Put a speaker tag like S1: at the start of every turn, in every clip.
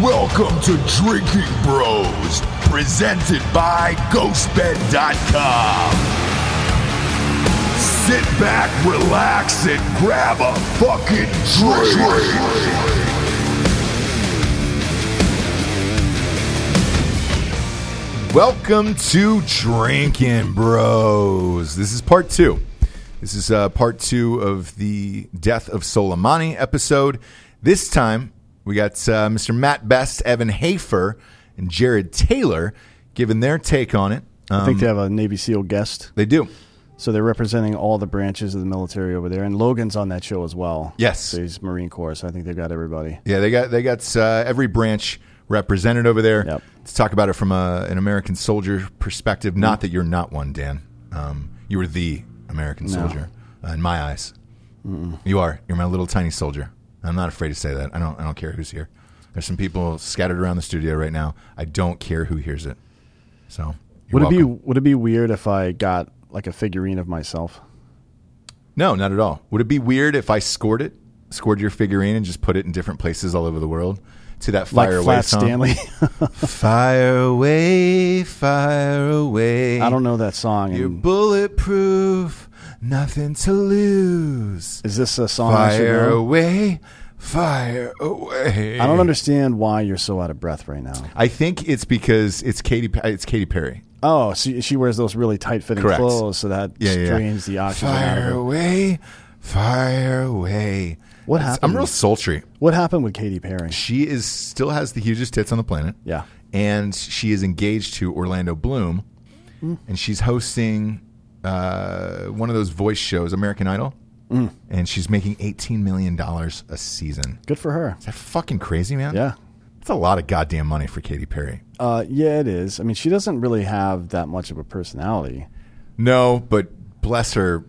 S1: Welcome to Drinking Bros, presented by GhostBed.com. Sit back, relax, and grab a fucking drink. Welcome to Drinking Bros. This is part two. This is uh, part two of the Death of Soleimani episode. This time, we got uh, Mr. Matt Best, Evan Hafer, and Jared Taylor giving their take on it.
S2: I think they
S1: Um,
S2: have a Navy SEAL guest,
S1: They do.
S2: so they're representing all the branches of the military over there. And Logan's on that show as well.
S1: Yes.
S2: so he's Marine Corps. So I think they've got everybody.
S1: Yeah, they got they got uh, every branch represented over there
S2: Yep.
S1: to talk about it from a, an American soldier perspective.
S2: Mm-hmm.
S1: Not that you're not one, Dan. Um, you were the American soldier uh, in my eyes. You are. You're my little tiny soldier. I'm not afraid to say that. I don't. I don't care who's here. There's some people scattered around the studio right now. I don't care who hears it. So
S2: Would
S1: you're
S2: it be
S1: welcome.
S2: Would it be weird if I got like a figurine of myself?
S1: no, not at all. Would it be weird if I scored it, scored your figurine, and just put it in different places all over the world to that fire away
S2: like Flat
S1: song?
S2: Stanley.
S1: Fire away, fire away.
S2: I don't know that song.
S1: You're
S2: And
S1: bulletproof, nothing to lose.
S2: is this a song? I, should
S1: Fire
S2: know?
S1: away, fire away.
S2: I don't understand why you're so out of breath right now.
S1: I think it's because it's Katy. It's Katy Perry.
S2: Oh, so she wears those really tight fitting
S1: Correct.
S2: clothes, so that
S1: Yeah, yeah, yeah.
S2: strains the oxygen out of
S1: Fire
S2: her.
S1: away, fire away.
S2: What
S1: It's-
S2: happened?
S1: I'm real sultry.
S2: What happened with Katy Perry?
S1: She is still has the hugest tits on the planet.
S2: Yeah.
S1: and she is engaged to Orlando Bloom,
S2: Mm.
S1: and she's hosting uh, one of those voice shows, American Idol,
S2: Mm.
S1: and she's making eighteen million dollars a season.
S2: Good for her.
S1: Is that fucking crazy, man?
S2: Yeah.
S1: that's a lot of goddamn money for Katy Perry.
S2: Uh, yeah, it is. I mean, she doesn't really have that much of a personality.
S1: No, but bless her,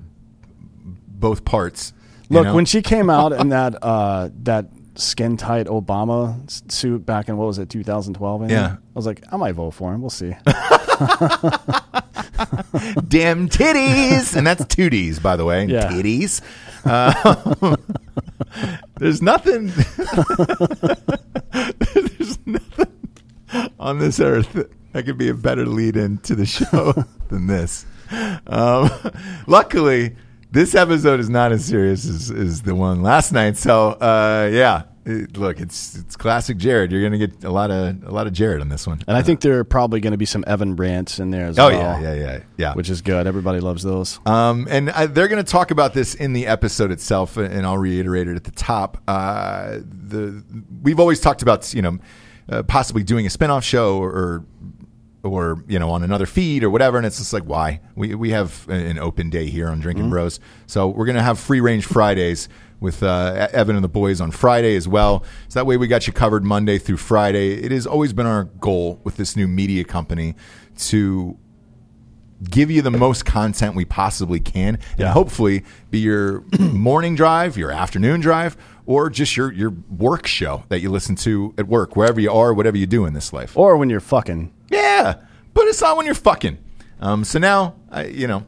S1: both parts. you
S2: Look,
S1: know?
S2: when she came out in that uh, that skin tight Obama s- suit back in what was it, 2012? I think,
S1: Yeah.
S2: I was like, I might vote for him. We'll see.
S1: damn titties, and that's two D's by the way.
S2: Yeah.
S1: Titties. Uh, there's nothing. there's nothing on this earth that could be a better lead in to the show than this. Um, luckily, this episode is not as serious as, as the one last night. So uh, yeah, It- look, it's it's classic Jared. You're gonna get a lot of a lot of Jared on this one.
S2: And I think there are probably going to be some Evan rants in there as
S1: oh
S2: well.
S1: yeah, yeah, yeah, yeah.
S2: Which is good. Everybody loves those.
S1: Um, and I, they're going to talk about this in the episode itself, and I'll reiterate it at the top. Uh, the we've always talked about you know uh, possibly doing a spinoff show or or you know on another feed or whatever, and it's just like why we we have an open day here on Drinking Bros, so we're going to have free range Fridays. With uh, Evan and the boys on Friday as well. So that way we got you covered Monday through Friday. It has always been our goal with this new media company to give you the most content we possibly can and
S2: Yeah.
S1: hopefully be your morning drive, your afternoon drive, or just your, your work show that you listen to at work, wherever you are, whatever you do in this life.
S2: Or when you're fucking.
S1: Yeah, put us on when you're fucking. Um, so now, I, you know,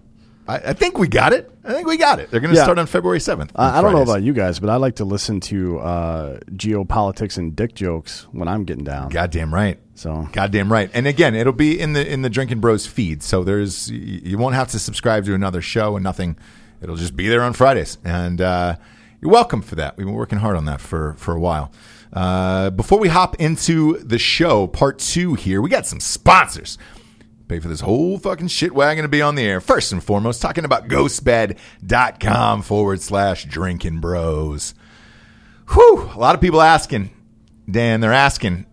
S1: I, I think we got it. I think we got it. They're going to
S2: Yeah.
S1: start on February 7th. on
S2: I, I don't know
S1: Fridays.
S2: about you guys, but I like to listen to uh, geopolitics and dick jokes when I'm getting down.
S1: Goddamn right.
S2: So-
S1: goddamn right. And again, it'll be in the in the Drinking Bros feed. So there's y- you won't have to subscribe to another show and nothing. It'll just be there on Fridays, and uh, you're welcome for that. We've been working hard on that for for a while. Uh, before we hop into the show, part two here, we got some sponsors pay for this whole fucking shit wagon to be on the air. First and foremost, talking about ghostbed.com forward slash drinking bros. Whew, a lot of people asking, Dan, they're asking,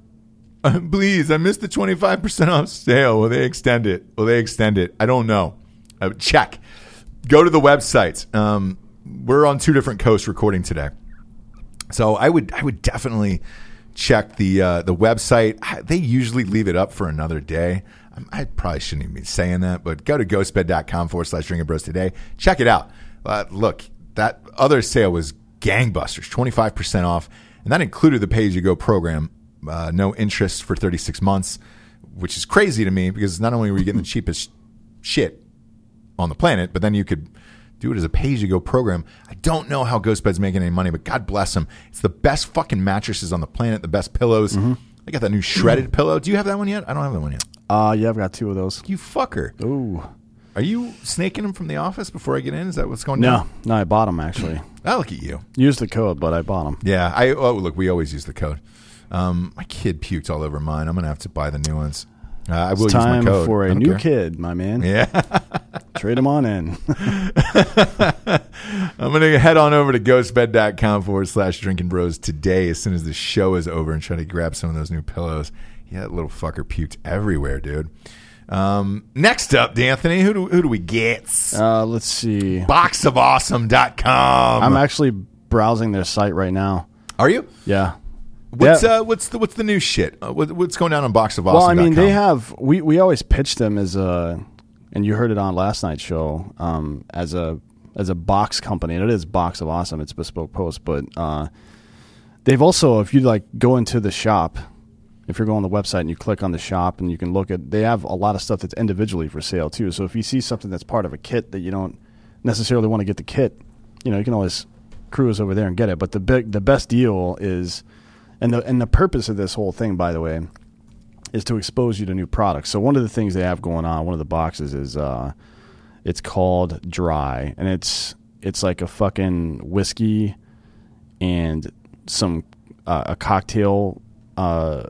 S1: "Uh, please, I missed the 25% off sale. Will they extend it? Will they extend it? I don't know. Uh, check. Go to the website. Um, we're on two different coasts recording today. So I would I would definitely check the uh, the website. I- They usually leave it up for another day. I'm- I probably shouldn't even be saying that, but go to ghostbed.com forward slash drinking bros today. Check it out. Uh, look, that other sale was gangbusters, 25% off, and that included the pay as you go program. Uh, no interest for 36 months, which is crazy to me because not only were you getting the cheapest shit on the planet, but then you could do it as a pay as you go program. I don't know
S2: Mm-hmm.
S1: how Ghostbed's making any money, but God bless them. It's the best fucking mattresses on the planet, the best pillows. I got that new shredded pillow. Do you have that one yet? I don't have that one yet.
S2: Uh, yeah, I've got two of those.
S1: You fucker.
S2: Ooh.
S1: Are you snaking them from the office before I get in? Is that what's going
S2: No,
S1: on?
S2: no, I bought them actually.
S1: No. look at you.
S2: Used the code, but I bought them.
S1: Yeah. I oh look, we always use the code. Um, my kid puked all over mine. I'm gonna have to buy the new ones. Uh, I will use
S2: It's
S1: my
S2: time
S1: code
S2: for
S1: I
S2: a
S1: don't
S2: new
S1: care.
S2: kid, my man.
S1: Yeah.
S2: Trade him on in.
S1: I'm going to head on over to ghostbed.com forward slash drinking bros today as soon as the show is over and try to grab some of those new pillows. Yeah, that little fucker puked everywhere, dude. Um, next up, D'Anthony, who do, who do we get?
S2: uh, let's see.
S1: Boxofawesome.com.
S2: I'm actually browsing their site right now.
S1: Are you?
S2: Yeah.
S1: What's
S2: Yeah.
S1: uh, what's the what's the new shit? Uh, what, what's going on on Box of Awesome?
S2: Well, I mean, they have we we always pitch them as a, and you heard it on last night's show um, as a as a box company, and it is Box of Awesome. It's bespoke post, but uh, they've also if you like go into the shop, if you're going on the website and you click on the shop and you can look at they have a lot of stuff that's individually for sale too. So if you see something that's part of a kit that you don't necessarily want to get the kit, you know you can always cruise over there and get it. But the big the best deal is. And the, and the purpose of this whole thing, by the way, is to expose you to new products. So one of the things they have going on, one of the boxes is uh, it's called Dry, and it's it's like a fucking whiskey and some uh, a cocktail uh,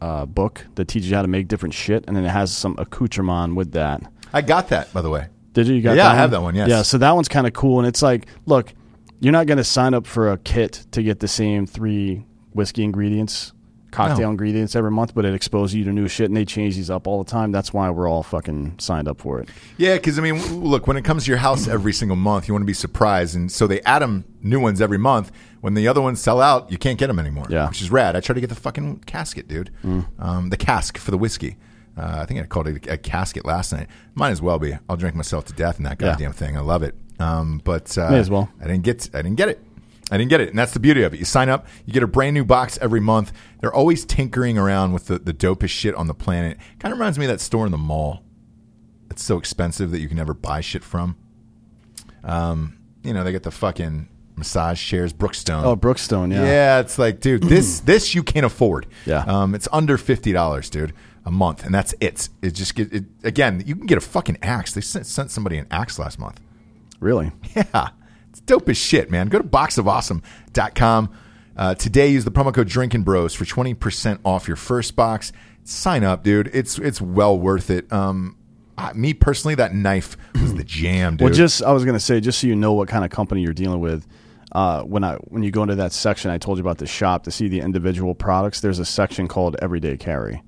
S2: uh, book that teaches you how to make different shit, and then it has some accoutrement with that.
S1: I got that by the way.
S2: Did you? you got
S1: Yeah,
S2: that
S1: I have that one, yes.
S2: Yeah. So that one's kind of cool, and it's like, look, you're not going to sign up for a kit to get the same three whiskey ingredients, cocktail
S1: No.
S2: ingredients every month, but it exposes you to new shit, and they change these up all the time. That's why we're all fucking signed up for it.
S1: Yeah, because I mean, w- look, when it comes to your house every single month, you want to be surprised, and so they add 'em new ones every month. When the other ones sell out, you can't get them anymore.
S2: Yeah. Mm.
S1: which is rad. I tried to get the fucking casket, dude. Um, the cask for the whiskey. Uh, I think I called it a, a casket last night. Might as well be. I'll drink myself to death in that
S2: Yeah.
S1: goddamn thing. I love it. Um, but uh,
S2: May as well.
S1: I didn't get. I didn't get it. I didn't get it, and that's the beauty of it. You sign up, you get a brand new box every month. They're always tinkering around with the, the dopest shit on the planet. Kind of reminds me of that store in the mall it's so expensive that you can never buy shit from. Um, you know, they get the fucking massage chairs, Brookstone.
S2: Oh, Brookstone,
S1: yeah.
S2: yeah.
S1: it's like, dude, this this you can't afford.
S2: Yeah.
S1: um, it's under fifty dollars, dude, a month, and that's it. It just get it, again. You can get a fucking axe. They sent, sent somebody an axe last month.
S2: Really?
S1: Yeah. It's dope as shit, man. Go to boxofawesome.com. Uh, today, use the promo code Drinking Bros for 20% off your first box. Sign up, dude. It's it's well worth it. Um, I, me personally, that knife was the jam, dude.
S2: Well, just I was gonna say, just so you know what kind of company you're dealing with. Uh, when I when you go into that section, I told you about the shop to see the individual products. There's a section called Everyday Carry,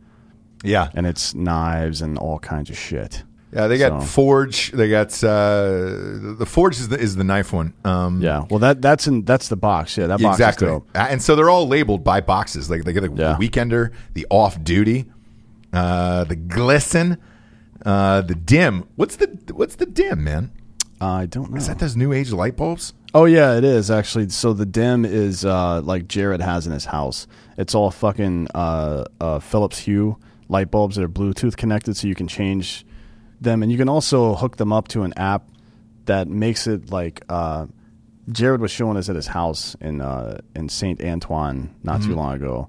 S1: yeah.
S2: and it's knives and all kinds of shit.
S1: Yeah, they got
S2: So-
S1: Forge. They got uh, the Forge is the, is the knife one. Um,
S2: Yeah. Well, that that's in that's the box. Yeah, that box
S1: exactly.
S2: is dope.
S1: Uh, And so they're all labeled by boxes. Like they get the
S2: Yeah.
S1: Weekender, the Off Duty, uh, the Glisten, uh, the Dim. What's the what's the Dim, man?
S2: Uh, I don't know.
S1: Is that those new age light bulbs?
S2: oh yeah, it is actually. So the dim is uh, like Jared has in his house. It's all fucking uh, uh, Philips Hue light bulbs that are Bluetooth connected, so you can change them, and you can also hook them up to an app that makes it like. Uh, Jared was showing us at his house in uh, in Saint Antoine not too long ago.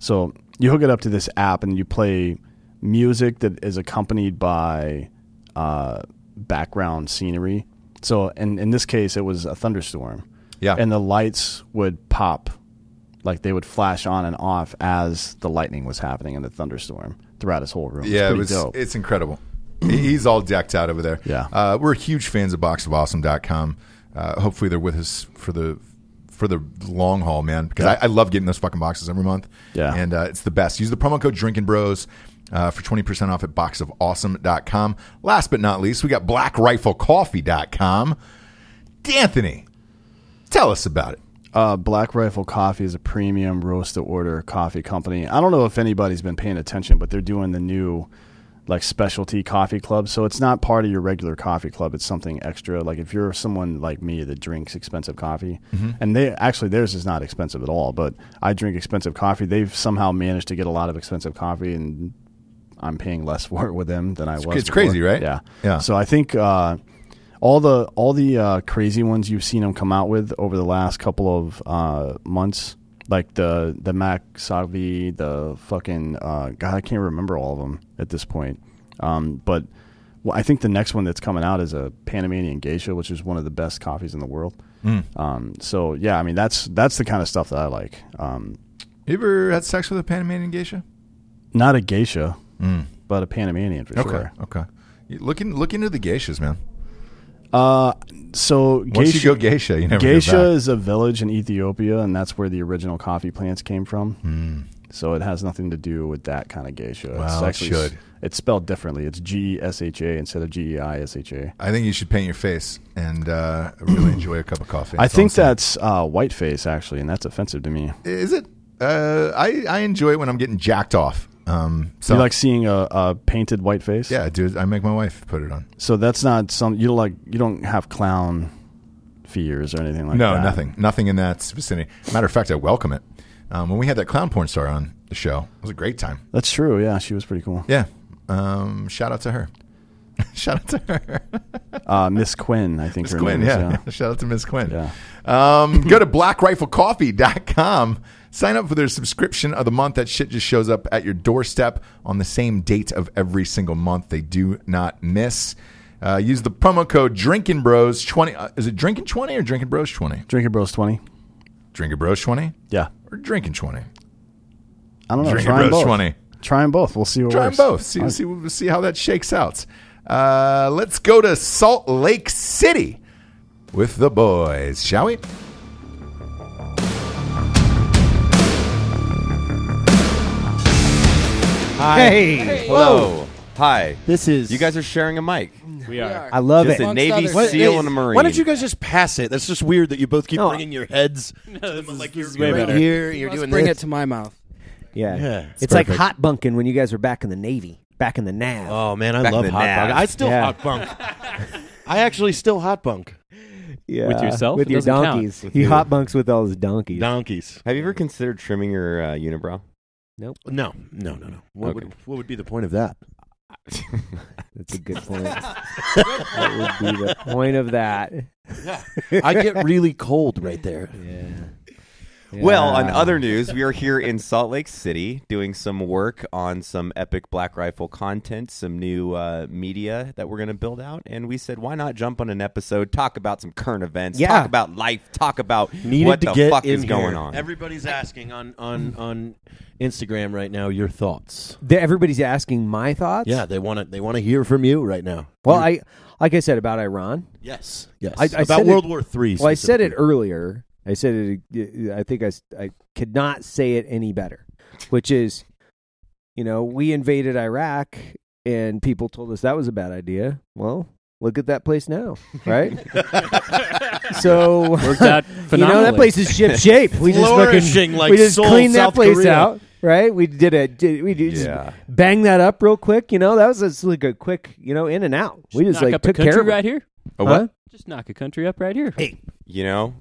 S2: So you hook it up to this app and you play music that is accompanied by uh, background scenery. So in in this case, it was a thunderstorm.
S1: Yeah.
S2: and the lights would pop, like they would flash on and off as the lightning was happening in the thunderstorm throughout his whole room. It's
S1: yeah, it
S2: pretty
S1: was.
S2: dope.
S1: It's incredible. He- He's all decked out over there.
S2: Yeah.
S1: uh, we're huge fans of boxofawesome.com. Uh, hopefully, they're with us for the for the long haul, man. Because I, I love getting those fucking boxes every month.
S2: Yeah.
S1: and uh, it's the best. Use the promo code Drinking Bros. Uh, for 20% off at boxofawesome.com. Last but not least, we got blackriflecoffee.com. D'Anthony, tell us about it.
S2: Uh, Black Rifle Coffee is a premium roast to order coffee company. I don't know if anybody's been paying attention, but they're doing the new like specialty coffee club. So it's not part of your regular coffee club. It's something extra. Like if you're someone like me that drinks expensive coffee,
S1: Mm-hmm.
S2: and they actually theirs is not expensive at all, but I drink expensive coffee. They've somehow managed to get a lot of expensive coffee, and I'm paying less for it with them than I was.
S1: it's crazy,
S2: before.
S1: right?
S2: Yeah,
S1: Yeah.
S2: So I think uh, all the all the uh, crazy ones you've seen them come out with over the last couple of uh, months like the the Mac Savi, the fucking uh, God, I can't remember all of them at this point. Um, but well, I think the next one that's coming out is a Panamanian Geisha, which is one of the best coffees in the world.
S1: Mm.
S2: Um, so yeah, I mean that's that's the kind of stuff that I like. Um,
S1: You ever had sex with a Panamanian geisha?
S2: not a geisha,
S1: Mm.
S2: but a Panamanian for
S1: Okay.
S2: sure.
S1: Okay. You look, in, look into the geishas, man.
S2: Uh, so geisha,
S1: Once you go geisha, you never go
S2: Geisha
S1: back.
S2: is a village in Ethiopia, and that's where the original coffee plants came from. So it has nothing to do with that kind of geisha.
S1: Hmm. Well, it should.
S2: It's spelled differently. It's G E S H A instead of G E I S H A.
S1: I think you should paint your face and uh, really enjoy a cup of coffee.
S2: I
S1: That's all I'm
S2: think
S1: saying.
S2: that's uh, whiteface actually, and that's offensive to me.
S1: is it. Uh, I I enjoy it when I'm getting jacked off. Um, so
S2: you like seeing a, a painted whiteface?
S1: yeah, dude, I make my wife put it on.
S2: So that's not some you don't like. You don't have clown fears or anything like
S1: no,
S2: that.
S1: nothing, nothing in that vicinity. Matter of fact, I welcome it. Um, when we had that clown porn star on the show, it was a great time.
S2: That's true. Yeah, she was pretty cool.
S1: Yeah. Um, shout out to her. shout out to her.
S2: Uh, Miss Quinn, I think.
S1: Miss
S2: her
S1: Quinn.
S2: name is,
S1: Yeah. Shout out to Miss Quinn.
S2: Yeah.
S1: Um, go to blackriflecoffee.com. Sign up for their subscription of the month. That shit just shows up at your doorstep on the same date of every single month. They do not miss. Uh, use the promo code Drinking Bros twenty. Uh, is it Drinking twenty or Drinking Bros twenty?
S2: Drinker Bros twenty.
S1: Drinking Bros twenty
S2: Yeah.
S1: or Drinking twenty?
S2: I don't know.
S1: Drinking
S2: Oh, try 'em
S1: Bros
S2: both.
S1: 20.
S2: Try them both. We'll see what
S1: Try them
S2: works.
S1: both. See, see, we'll see how that shakes out. Uh, let's go to Salt Lake City with the boys, shall we?
S3: Hi.
S4: Hey.
S3: Hello. Hi.
S4: This is
S3: You guys are sharing a mic.
S5: We are.
S4: I love
S3: Just
S4: it.
S3: a Navy
S5: others. What-
S3: SEAL
S5: hey,
S3: and a Marine.
S6: Why don't you guys just pass it? That's just weird that you both keep
S4: No,
S6: bringing your heads
S5: like
S6: you're-
S5: this is
S6: you're
S5: way
S6: right
S5: better.
S6: here. You're
S5: Let's
S6: doing
S5: bring
S6: this.
S5: it to my mouth.
S4: yeah.
S6: Yeah.
S4: It's, like hot bunking when you guys were back in the Navy, back in the NAV.
S6: Oh man, I
S3: Back in
S6: love
S3: the
S6: hot
S3: nav.
S6: bunk. I still
S4: Yeah.
S6: hot bunk. I actually still hot bunk
S4: yeah.
S5: With yourself?
S4: With
S5: It
S4: your
S5: doesn't count.
S4: donkeys. he hot bunks with all his donkeys.
S6: donkeys.
S3: Have you ever considered trimming your uh, unibrow?
S6: No, no, no, no. What
S3: Okay.
S6: would what would be the point of that?
S4: That's a good point. that would be the point of that.
S6: I get really cold right there.
S4: Yeah.
S3: Well,
S4: Yeah.
S3: on other news, we are here in Salt Lake City doing some work on some epic Black Rifle content, some new uh, media that we're going to build out, and we said, why not jump on an episode, talk about some current events,
S4: Yeah.
S3: talk about life, talk about
S6: Needed
S3: what
S6: to
S3: the
S6: get
S3: fuck
S6: in
S3: is going
S6: here.
S3: on.
S6: Everybody's asking on on on Instagram right now your thoughts.
S4: There- everybody's asking my thoughts.
S6: Yeah, they want to they want to hear from you right now.
S4: Well, I like I said about Iran.
S6: yes, yes.
S4: I- I said
S6: About
S4: it-
S6: World War Three.
S4: Well, I said it
S6: specifically.
S4: earlier. I said it. I think I, s- I could not say it any better, which is, you know, we invaded Iraq and people told us that was a bad idea. Well, look at that place now, right? so
S5: Worked out
S4: you know
S5: phenomenally.
S4: that place is ship shape. We just fucking,
S6: Flourishing like
S4: we just
S6: Seoul,
S4: cleaned
S6: South
S4: that place
S6: Korea.
S4: out, right? We did a did, we did
S3: Yeah.
S4: just bang that up real quick. You know that was just like a quick you know in and out. We just
S5: knock
S4: like
S5: up
S4: took
S5: a country
S4: care of it.
S5: right here.
S3: A what?
S4: Huh?
S5: Just knock a country up right here.
S3: You know,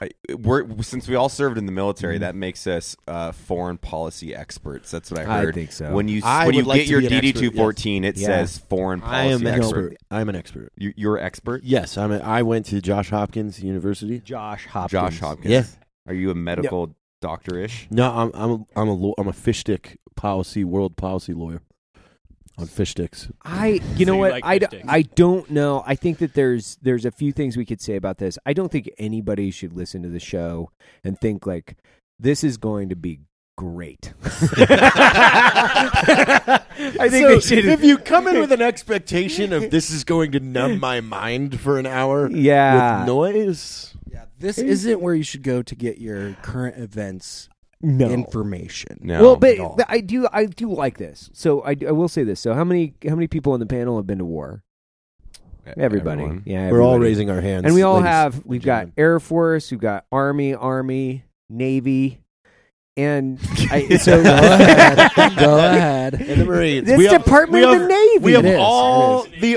S3: I, we're since we all served in the military, that makes us uh, foreign policy experts. That's what I
S4: I
S3: heard.
S4: think so.
S3: When you
S6: I
S3: when you
S6: would like
S3: get
S6: to
S3: your
S6: be an
S3: DD
S6: expert,
S3: two fourteen, it
S4: yes.
S3: says foreign
S6: I
S3: policy
S6: am an
S3: expert.
S6: expert. I'm an expert.
S3: You, you're expert,
S6: Yes, I'm. A, I went to Josh Hopkins University.
S4: Josh Hopkins.
S3: Josh Hopkins.
S6: Yeah.
S3: Are you a medical doctor ish?
S6: No, I'm. I'm. A, I'm a. law- I'm a fish stick policy world policy lawyer on fish sticks.
S4: I, you know
S5: you
S4: what?
S5: like
S4: I, d-
S5: fish sticks.
S4: I don't know. I think that there's there's a few things we could say about this. I don't think anybody should listen to the show and think like this is going to be great. I think they should.
S6: if you come in with an expectation of this is going to numb my mind for an hour,
S4: Yeah.
S6: with noise.
S5: Yeah,
S3: This
S5: isn't where you should go to get your current events
S4: no.
S5: information.
S3: No.
S4: well, but but I do I do like this. So I, do- I will say this. So how many how many people on the panel have been to war? Everybody.
S3: Everyone.
S4: Yeah,
S6: We're all
S4: everybody.
S6: raising our hands,
S4: and we all
S6: ladies
S4: have
S6: and
S4: we've got
S6: gentlemen.
S4: air force we've got army army navy and I, so
S5: Go ahead.
S6: And the Marines.
S4: It's
S6: We have-
S4: Department
S6: we
S4: of
S6: have-
S4: the Navy.
S6: We have
S4: It is,
S6: all the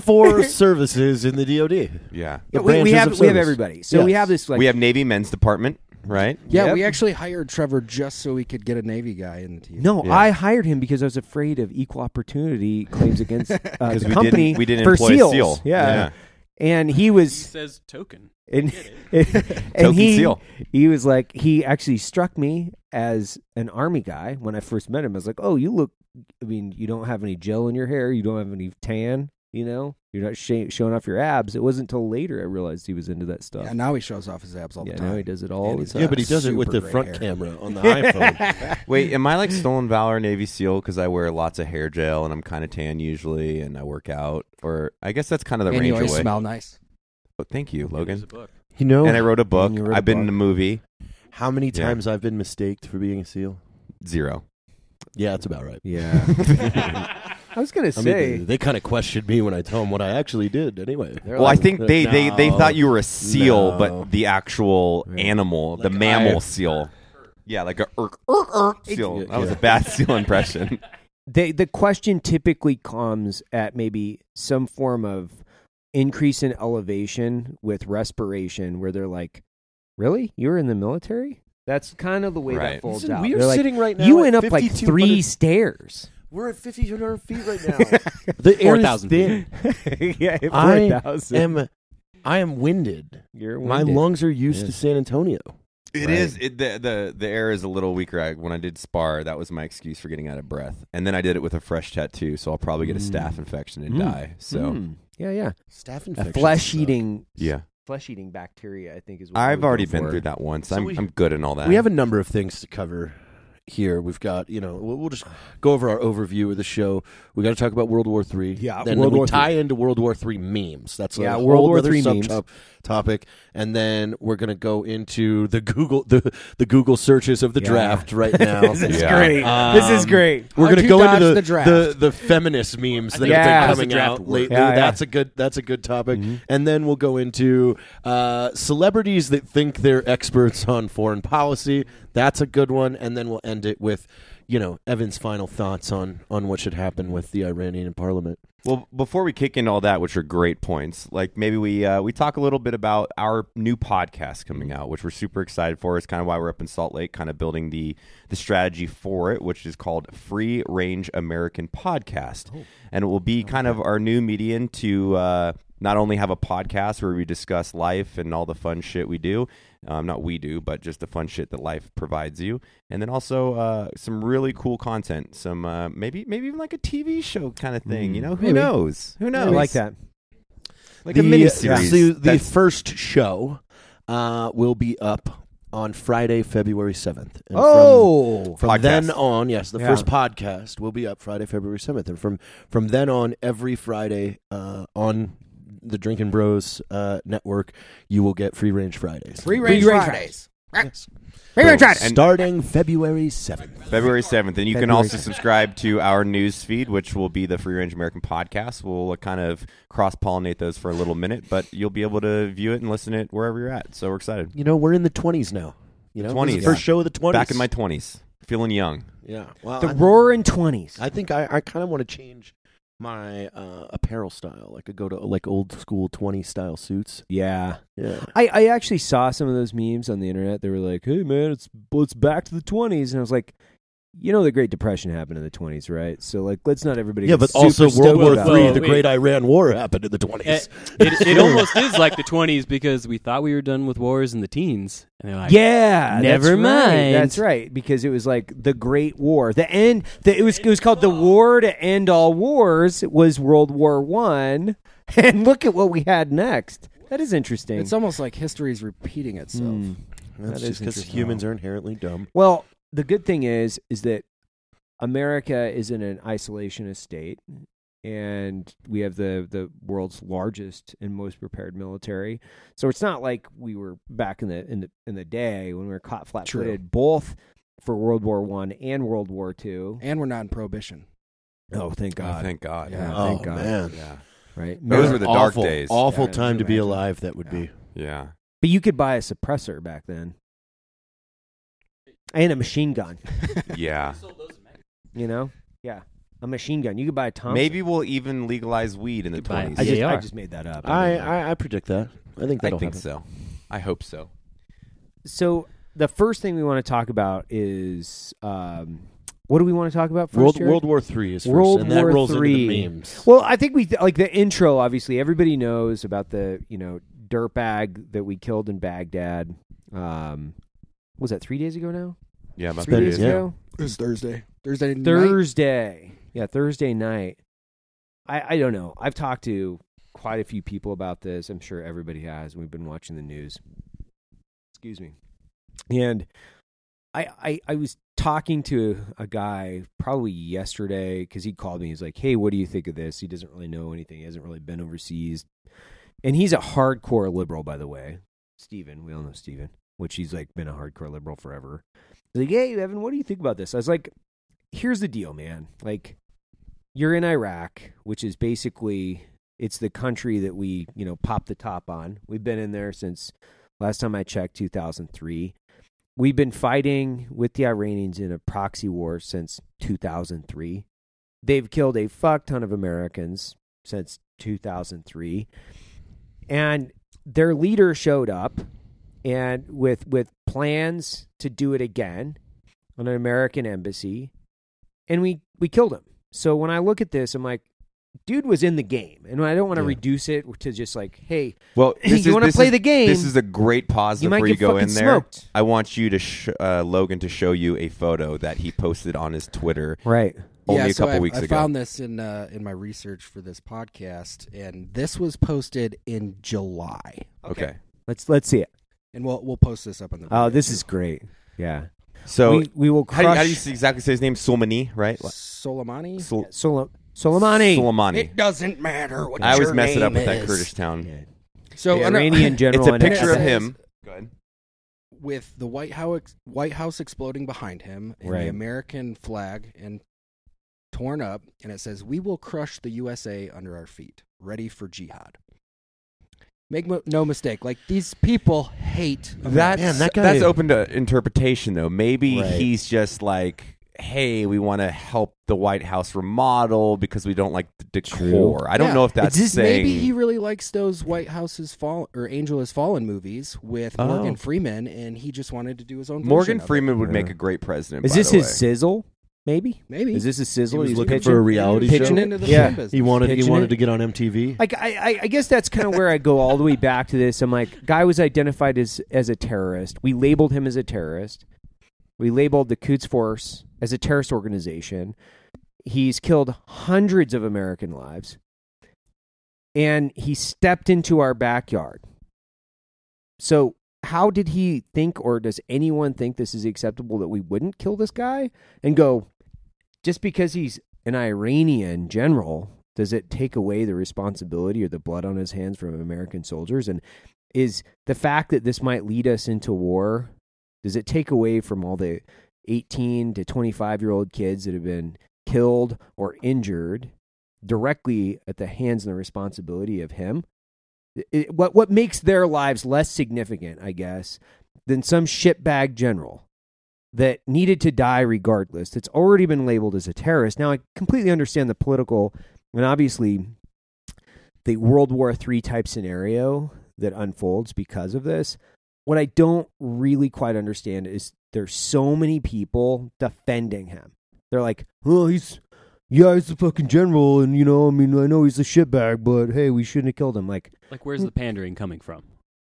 S6: four services in the DoD.
S3: Yeah.
S6: The
S4: we, we
S6: branches
S4: have
S6: of
S4: we have
S6: service.
S4: everybody so we
S6: Yes.
S4: have this like
S3: we have Navy men's department, right?
S5: Yeah,
S4: Yep.
S5: we actually hired Trevor just so we could get a Navy guy in the team.
S4: no
S6: Yeah.
S4: i hired him because i was afraid of equal opportunity claims against uh, the
S3: we
S4: company
S3: didn't we didn't
S4: for
S3: employ a
S4: seals
S3: seal.
S4: Yeah. and he
S7: He
S4: was
S7: says token.
S4: and,
S7: Get it.
S4: and
S3: Token
S4: he
S3: seal.
S4: he was like he actually struck me as an army guy when I first met him. I was like, oh, you look. I mean, you don't have any gel in your hair. You don't have any tan. You know, you're not sh- showing off your abs. It wasn't until later I realized he was into that stuff.
S5: Yeah, now he shows off his abs all
S4: Yeah,
S5: the time.
S4: now he does it all
S5: And
S4: the
S5: he's
S4: time.
S6: Yeah, but he does it with
S5: super
S6: the
S5: gray
S6: front
S5: hair.
S6: camera on the iPhone.
S3: Wait, am I like Stolen Valor Navy SEAL because I wear lots of hair gel and I'm kind of tan usually and I work out? Or I guess that's kind of the
S5: and you
S3: Ranger
S5: always
S3: way.
S5: smell nice.
S3: But thank you,
S7: There's
S3: Logan.
S7: a book.
S6: You know
S3: And I wrote a book.
S6: you wrote a
S3: I've been in
S6: book.
S3: a movie.
S6: how many
S3: Yeah.
S6: times I've been mistaked for being a seal?
S3: Zero.
S6: Yeah, that's about right.
S4: Yeah, I was gonna
S6: I
S4: say.
S6: mean, they, they kind of questioned me when I told them what I actually did. Anyway, They're
S3: Well, I
S6: like,
S3: think they, they, they
S6: "No."
S3: thought you were a seal,
S6: No.
S3: but the actual
S6: Yeah.
S3: animal, the
S6: Like
S3: mammal
S6: I-
S3: seal. Yeah, like a irk,
S6: Er,
S3: irk, irk seal. That was a bad seal impression.
S4: they the question typically comes at maybe some form of increase in elevation with respiration where they're like really you were in the military that's kind of the way
S3: Right.
S4: that folds
S6: Listen,
S4: out
S6: we are
S4: They're like,
S6: sitting right now.
S4: you
S6: at
S4: went up like
S6: 5200
S4: three stairs
S6: We're at 5,200 feet right now. the air is
S7: 4,000
S6: thin.
S4: yeah
S6: I
S4: 4000
S6: am, I am winded.
S4: you're
S6: My
S4: winded.
S6: lungs are used
S4: Yeah.
S6: to San Antonio.
S3: It
S6: Right.
S3: is It, the the the air is a little weaker. I, when I did spar, that was my excuse for getting out of breath. And then I did it with a fresh tattoo, so I'll probably get a staph infection and
S4: Mm.
S3: die. So
S6: Hmm.
S4: Mm. yeah yeah
S6: Staff
S4: a
S6: infection.
S4: flesh eating
S3: yeah,
S4: flesh eating bacteria i think is what
S3: I've
S4: we're
S3: already
S4: going
S3: been
S4: for.
S3: through that once.
S6: So
S3: I'm
S6: we-
S3: I'm good and all that.
S6: We have a number of things to cover here. We've got, you know, we'll, we'll just go over our overview of the show. We got to talk about World War Three.
S5: Yeah,
S6: then
S5: World
S6: we
S5: War
S6: tie into World War Three memes. That's
S4: Yeah,
S6: a whole
S4: World War
S6: other
S4: III memes.
S6: subtop- topic. And then we're gonna go into the Google the the Google searches of the
S4: Yeah.
S6: draft right now.
S4: this is
S3: Yeah.
S4: great this is
S6: Um,
S4: great
S6: We're
S5: How'd
S6: gonna
S5: you
S6: go into
S5: dodge
S6: the,
S5: the
S6: the
S5: draft?
S6: the feminist memes that
S7: think
S4: that
S6: have
S7: was the
S6: been coming
S7: draft
S6: out
S7: word.
S6: lately.
S4: Yeah, Mm-hmm.
S6: that's a good that's a good topic. And then we'll go into uh, celebrities that think they're experts on foreign policy. That's a good one. And then we'll end it with you know Evan's final thoughts on on what should happen with the Iranian parliament.
S3: Well, before we kick into all that, which are great points, like maybe we uh, we talk a little bit about our new podcast coming out, which we're super excited for. It's kind of why we're up in Salt Lake, kind of building the the strategy for it, which is called Free Range American Podcast, and it will be kind of our new median to uh, not only have a podcast where we discuss life and all the fun shit we do, um, not we do, but just the fun shit that life provides you, and then also uh, some really cool content, some uh, maybe maybe even like a TV show kind of thing. You know, who
S4: Maybe.
S3: knows? Who
S4: I
S3: knows?
S4: like that
S3: like a mini series.
S6: The, the first show uh, will be up on Friday, February seventh.
S4: oh
S6: From
S3: Podcast.
S6: then on, yes, the
S4: Yeah.
S6: first podcast will be up Friday, February seventh, and from from then on, every Friday uh, on the Drinking Bros uh, network, you will get Free Range Fridays.
S5: Free range
S4: range
S5: Fridays.
S6: Yes.
S5: Free range Fridays.
S3: And-
S6: starting February seventh.
S3: February 7th. And you can
S4: February
S3: also
S4: 7th.
S3: subscribe to our news feed, which will be the Free Range American podcast. We'll uh, kind of cross pollinate those for a little minute, but you'll be able to view it and listen to it wherever you're at. So we're excited.
S6: You know, we're in the twenties now. You know, This is
S3: 20s.
S6: the first show of the twenties.
S3: Back in my 20s, feeling young.
S6: yeah. Well,
S4: the
S6: I,
S4: roaring 20s
S6: Uh, I think I, I kind of want to change my uh, apparel style. I could go to like old school twenty style suits.
S4: yeah
S6: Yeah.
S4: I, I actually saw some of those memes on the internet. They were like, "Hey man, it's it's back to the 20s." and I was like, "You know, the Great Depression happened in the 20s, right? So like, let's not everybody
S6: Yeah,
S4: get
S6: but
S4: super
S6: also World
S4: stoked
S6: War
S4: about
S6: Three,
S7: Well,
S4: it.
S6: the
S7: wait. Eh,
S6: Great Iran War happened in the twenties.
S7: It, it almost is like the 20s because we thought we were done with wars in the teens, and they're like,
S4: yeah, that's
S7: Never
S4: right.
S7: mind.
S4: That's right, because it was like the Great War, the end. The, it was it was called the War to End All Wars. It was World War One, and look at what we had next. That is interesting.
S5: It's almost like history is repeating itself.
S4: Hmm. That
S6: That's just
S4: is
S6: because
S4: interesting.
S6: humans are inherently dumb.
S4: Well, the good thing is, is that America is in an isolationist state, and we have the the world's largest and most prepared military. So it's not like we were back in the in the in the day when we were caught flat footed, both for World War One and World War Two.
S5: And we're not in prohibition.
S4: Oh, thank God!
S3: thank God.
S5: Yeah.
S4: Oh, thank
S6: oh
S4: God.
S6: man,
S3: Yeah.
S4: right?
S3: Those
S4: Mar-
S3: were the dark
S6: awful,
S3: days.
S6: Awful
S4: Yeah,
S6: time to be
S5: imagine.
S6: alive. That would be.
S3: Yeah.
S4: but you could buy a suppressor back then, and a machine gun.
S3: Yeah.
S4: You know, yeah, a machine gun. You could buy a Thompson.
S3: Maybe we'll even legalize weed in the
S7: Goodbye.
S3: 20s.
S4: I just, I
S7: AR.
S4: just made that up.
S6: I,
S4: don't know.
S6: I I predict that. I think
S3: I
S6: that'll
S3: think
S6: happen.
S3: so. I hope so.
S4: so the first thing we want to talk about is um, What do we want to talk about first?
S6: World
S4: Jared?
S6: World War Three is first,
S4: World
S6: and that
S4: War
S6: rolls into
S4: III.
S6: the memes.
S4: Well, I think we like the intro. Obviously, everybody knows about the you know dirtbag that we killed in Baghdad. Um, was that three days ago now?
S3: Yeah, my
S4: Three
S6: been-
S4: days
S6: yeah.
S4: ago.
S5: It was Thursday. Thursday night.
S4: Thursday. Yeah, Thursday night. I, I don't know. I've talked to quite a few people about this. I'm sure everybody has. We've been watching the news. Excuse me. And I I, I was talking to a guy probably yesterday because he called me. He's like, "Hey, what do you think of this?" He doesn't really know anything. He hasn't really been overseas, and he's a hardcore liberal, by the way. Steven, we all know Steven, which he's like been a hardcore liberal forever. He's like, "Hey, Evan, what do you think about this?" I was like, here's the deal, man. Like you're in Iraq, which is basically it's the country that we, you know, pop the top on. We've been in there since last time I checked 2003. We've been fighting with the Iranians in a proxy war since 2003. They've killed a fuck ton of Americans since 2003. And their leader showed up and with with plans to do it again on an American embassy, and we we killed him. So when I look at this, I'm like, dude was in the game, and I don't want to
S6: Yeah.
S4: reduce it to just like, hey,
S3: Well,
S4: You
S3: this is-
S4: wanna
S3: this
S4: play
S3: is-
S4: the game,
S3: This is a great pause
S4: you might
S3: before you
S4: get
S3: go
S4: fucking
S3: in there.
S4: smoked.
S3: I want you to sh- uh, Logan to show you a photo that he posted on his Twitter
S4: right?
S3: only
S5: yeah,
S3: a
S5: so
S3: couple
S5: I,
S3: weeks
S5: I
S3: ago.
S5: found this in uh, in my research for this podcast, and this was posted in July.
S3: okay.
S4: Let's let's see it.
S5: And we'll we'll post this up on the.
S4: Oh,
S5: video,
S4: this
S5: too.
S4: is great. Yeah.
S3: So
S4: we, we will
S3: how
S4: crush
S3: do, you, how do you s- exactly say his name? Sulmani, right?
S5: Soleimani.
S3: Sul-
S4: Sol- Soleimani.
S3: Soleimani.
S5: It doesn't matter what
S3: I always
S5: your
S3: mess it up
S5: name
S3: with that
S5: is.
S3: Kurdish town.
S4: Yeah.
S5: So
S4: The
S5: I know-
S4: Iranian general.
S3: It's a
S4: in Iraq.
S3: picture of
S5: It says-
S3: him. Go ahead.
S5: with the White House White House exploding behind him and
S4: Right.
S5: the American flag and torn up, and it says, "We will crush the USA under our feet, ready for jihad." Make mo- no mistake, like these people hate.
S3: That's,
S6: Man, that guy-
S3: that's open to interpretation, though. Maybe
S4: Right.
S3: he's just like, hey, we want to help the White House remodel because we don't like the decor. I don't
S5: Yeah.
S3: know if that's
S5: It's just-
S3: saying.
S5: maybe he really likes those White House's fall or Angel Has Fallen movies with
S3: Oh.
S5: Morgan Freeman, and he just wanted to do his own. version
S3: Morgan
S5: of it.
S3: Freeman would
S6: Yeah.
S3: make a great president.
S4: Is
S3: by
S4: this
S3: the
S4: his
S3: way.
S4: sizzle? Maybe.
S5: Maybe
S4: Is this a
S6: He
S4: sizzle?
S6: was
S4: he's
S6: looking
S4: pitching?
S6: for a reality
S5: pitching
S6: show.
S5: into the
S4: Yeah.
S5: film business.
S6: He wanted he
S4: Pitching
S6: wanted
S4: it.
S6: to get on MTV.
S4: Like I, I, I guess that's kind of where I go all the way back to this. I'm like, guy was identified as as a terrorist. We labeled him as a terrorist. We labeled the Quds Force as a terrorist organization. He's killed hundreds of American lives, and he stepped into our backyard. So, how did he think, or does anyone think this is acceptable that we wouldn't kill this guy and go just because he's an Iranian general, does it take away the responsibility or the blood on his hands from American soldiers? And is the fact that this might lead us into war, does it take away from all the 18 to 25 year old kids that have been killed or injured directly at the hands and the responsibility of him? It- what, what makes their lives less significant, I guess, than some shitbag general? that needed to die regardless, that's already been labeled as a terrorist. Now, I completely understand the political and obviously the World War III type scenario that unfolds because of this. What I don't really quite understand is there's so many people defending him. They're like, oh, he's, yeah, he's the fucking general. And, you know, I mean, I know he's a shitbag, but hey, we shouldn't have killed him. Like,
S7: Like, where's the pandering coming from,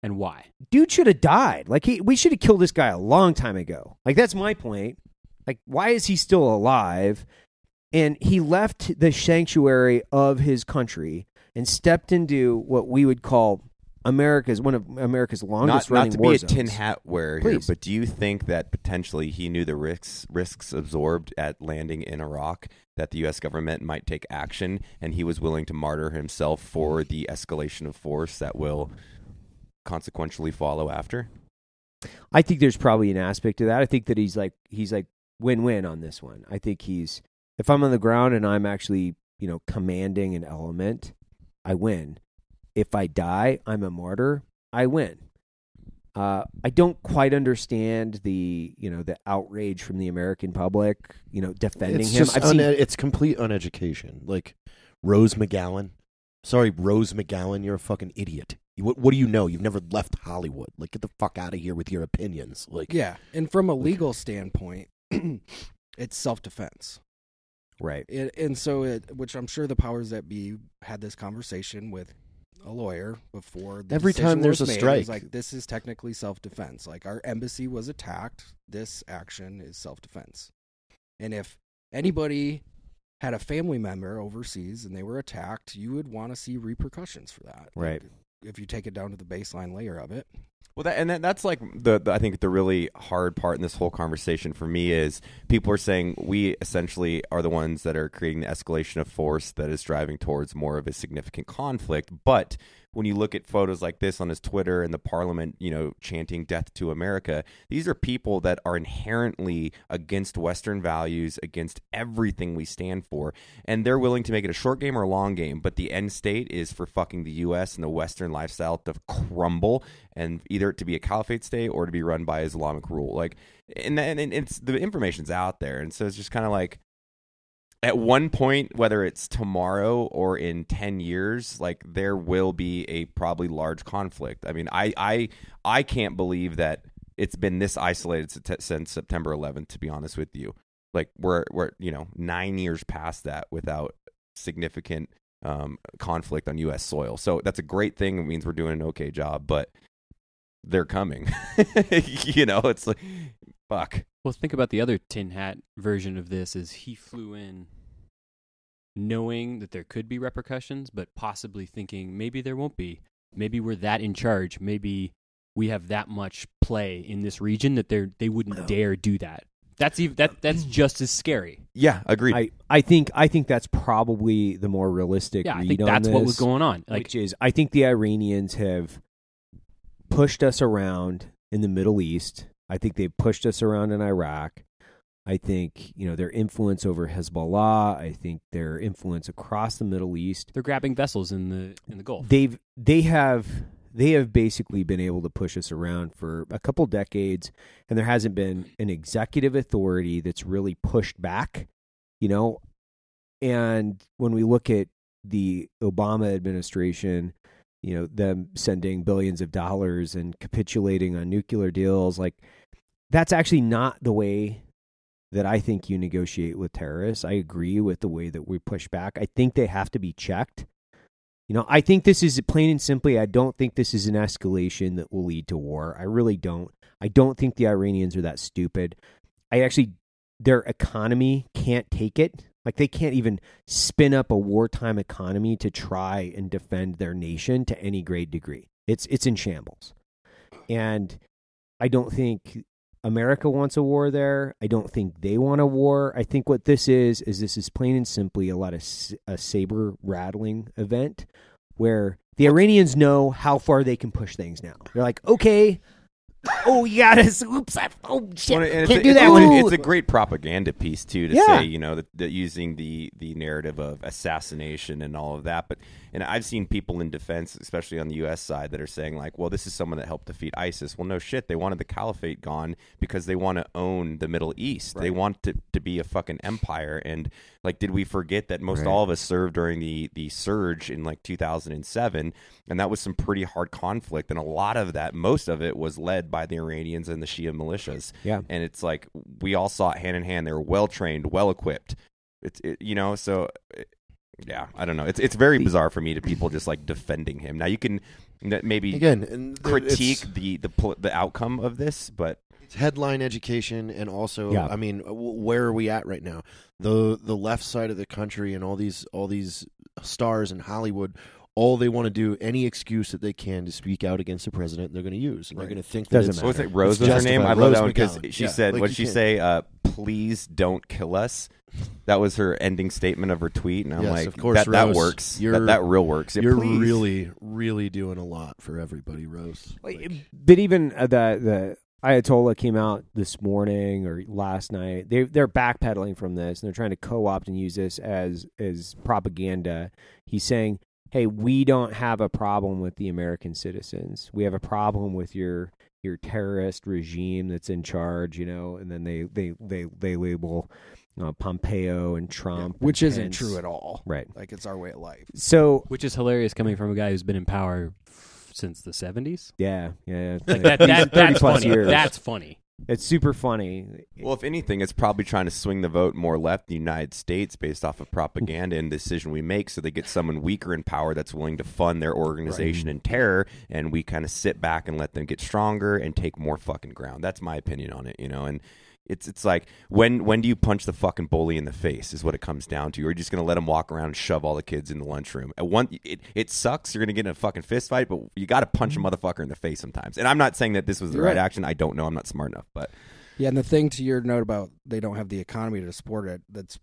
S7: and why?
S4: dude should have died. Like he, we should have killed this guy a long time ago. Like that's my point. Like why is he still alive? And he left the sanctuary of his country and stepped into what we would call America's one of America's longest
S3: Not, not
S4: running
S3: to
S4: war
S3: be a
S4: zones.
S3: tin hat wearer here,
S4: Please.
S3: but do you think that potentially he knew the risks risks absorbed at landing in Iraq that the U.S. government might take action, and he was willing to martyr himself for the escalation of force that will consequentially follow after?
S4: I think there's probably an aspect to that. I think that he's like he's like win win on this one. I think he's if I'm on the ground and I'm actually you know commanding an element, I win. If I die, I'm a martyr. I win. Uh, I don't quite understand the you know the outrage from the American public you know defending
S6: It's
S4: him.
S6: just
S4: I've seen
S6: une- it's complete uneducation. Like Rose McGowan. Sorry, Rose McGowan, you're a fucking idiot. You- What, what do you know? You've never left Hollywood. Like, get the fuck out of here with your opinions. Like,
S5: Yeah, and from a legal standpoint, it's self defense.
S3: Right.
S5: It, and so, it, which I'm sure the powers that be had this conversation with a lawyer before. The
S6: Every
S5: decision
S6: time there's
S5: was
S6: a
S5: made, it
S6: strike.
S5: was like this is technically self defense. Like our embassy was attacked. This action is self defense. And if anybody had a family member overseas and they were attacked, you would want to see repercussions for that.
S3: Right.
S5: Like, if you take it down to the baseline layer of it,
S3: Well, that, and that, that's like the, the I think the really hard part in this whole conversation for me is people are saying we essentially are the ones that are creating the escalation of force that is driving towards more of a significant conflict. But when you look at photos like this on his Twitter and the Parliament, you know, chanting "Death to America," these are people that are inherently against Western values, against everything we stand for, and they're willing to make it a short game or a long game. But the end state is for fucking the U.S. and the Western lifestyle to crumble and either to be a caliphate state or to be run by Islamic rule. Like, and then and it's the information's out there, and so it's just kind of like at one point, whether it's tomorrow or in ten years, like there will be a probably large conflict. I mean, I I I can't believe that it's been this isolated sit- since September 11th. To be honest with you, like we're we're you know nine years past that without significant um, conflict on U.S. soil. So that's a great thing. It means we're doing an okay job, but they're coming. you know, it's like fuck.
S7: Well, think about the other tin hat version of this is he flew in knowing that there could be repercussions, but possibly thinking maybe there won't be. Maybe we're that in charge. Maybe we have that much play in this region that they they wouldn't dare do that. That's even that that's just as scary.
S3: Yeah, agreed.
S4: I, I think I think that's probably the more realistic.
S7: yeah, I
S4: read
S7: think
S4: on
S7: that's what
S4: this,
S7: was going on. Like
S4: which is I think the Iranians have pushed us around in the Middle East. I think they've pushed us around in Iraq. I think you know their influence over Hezbollah. I think their influence across the Middle East.
S7: they're grabbing vessels in the in the Gulf.
S4: They've they have they have basically been able to push us around for a couple decades, and there hasn't been an executive authority that's really pushed back, you know. And when we look at the Obama administration, you know, them sending billions of dollars and capitulating on nuclear deals, like that's actually not the way that I think you negotiate with terrorists. I agree with the way that we push back. I think they have to be checked. You know, I think this is plain and simply, I don't think this is an escalation that will lead to war. I really don't. I don't think the Iranians are that stupid. I actually, their economy can't take it. Like, they can't even spin up a wartime economy to try and defend their nation to any great degree. It's, it's in shambles. And I don't think America wants a war there. I don't think they want a war. I think what this is, is this is plain and simply a lot of s- a saber rattling event where the Iranians know how far they can push things now. They're like, okay, oh, you got us. Oops, I, oh shit,
S3: Well, and
S4: can't do
S3: it's,
S4: that
S3: it's,
S4: one.
S3: a- it's a great propaganda piece too to
S4: Yeah.
S3: say you know that, that using the the narrative of assassination and all of that. But and I've seen people in defense, especially on the U.S. side, that are saying like, "Well, this is someone that helped defeat ISIS." Well, no shit, they wanted the caliphate gone because they want to own the Middle East. They want to, to be a fucking empire. And like, did we forget that most all of us served during the the surge in like 2007, and that was some pretty hard conflict. And a lot of that, most of it, was led by the Iranians and the Shia militias
S4: Yeah.
S3: and it's like we all saw it hand in hand. They were well trained, well equipped. It's it, you know, so it, yeah, I don't know. It's it's very bizarre for me to people just like defending him. Now you can that maybe
S6: Again, and th-
S3: critique
S6: it's-
S3: the the pl- the outcome of this, but
S6: it's headline education and also
S4: Yeah.
S6: i mean w- where are we at right now the the left side of the country and all these all these stars in hollywood all they want to do any excuse that they can to speak out against the president they're going to use and they're going to think that
S4: Doesn't
S6: it's,
S4: matter.
S3: what was it?
S6: it's
S3: Rose was her
S6: justified.
S3: name. I love
S6: Rose
S3: that one because
S6: McGowan.
S3: she
S6: Yeah.
S3: said
S6: Like,
S3: what
S6: you
S3: she
S6: can't-
S3: say. Uh, Please don't kill us. That was her ending statement of her tweet, and I'm
S6: Yes,
S3: like,
S6: of course,
S3: that, that
S6: Rose.
S3: works. That,
S6: You're-
S3: that real works. Yeah,
S6: you're
S3: please.
S6: really really doing a lot for everybody rose Like,
S4: but even uh, the the Ayatollah came out this morning or last night. They they're backpedaling from this and they're trying to co-opt and use this as as propaganda. He's saying, "Hey, we don't have a problem with the American citizens. We have a problem with your your terrorist regime that's in charge." You know, and then they they they they label uh, Pompeo and Trump,
S5: which
S4: and
S5: isn't
S4: Pence.
S5: true at all.
S4: Right.
S5: Like it's our way of life.
S4: So
S7: Which is hilarious coming from a guy who's been in power f- since the 70s.
S4: yeah, yeah,
S7: Like that,
S4: 30
S7: that, that's
S4: plus
S7: funny.
S4: years.
S7: That's funny.
S4: It's super funny.
S3: Well, if anything, it's probably trying to swing the vote more left in the United States based off of propaganda and decision we make so they get someone weaker in power that's willing to fund their organization in terror and we kind of sit back and let them get stronger and take more fucking ground. That's my opinion on it, you know. And it's it's like when when do you punch the fucking bully in the face is what it comes down to. You're just gonna let him walk around and shove all the kids in the lunchroom. At one, it, it sucks. You're gonna get in a fucking fist fight, but you got to punch a motherfucker in the face sometimes. And I'm not saying that this was the
S5: Mm-hmm. You're
S3: right,
S5: right.
S3: action. I don't know. I'm not smart enough, but
S5: Yeah, and the thing to your note about they don't have the economy to support it, that's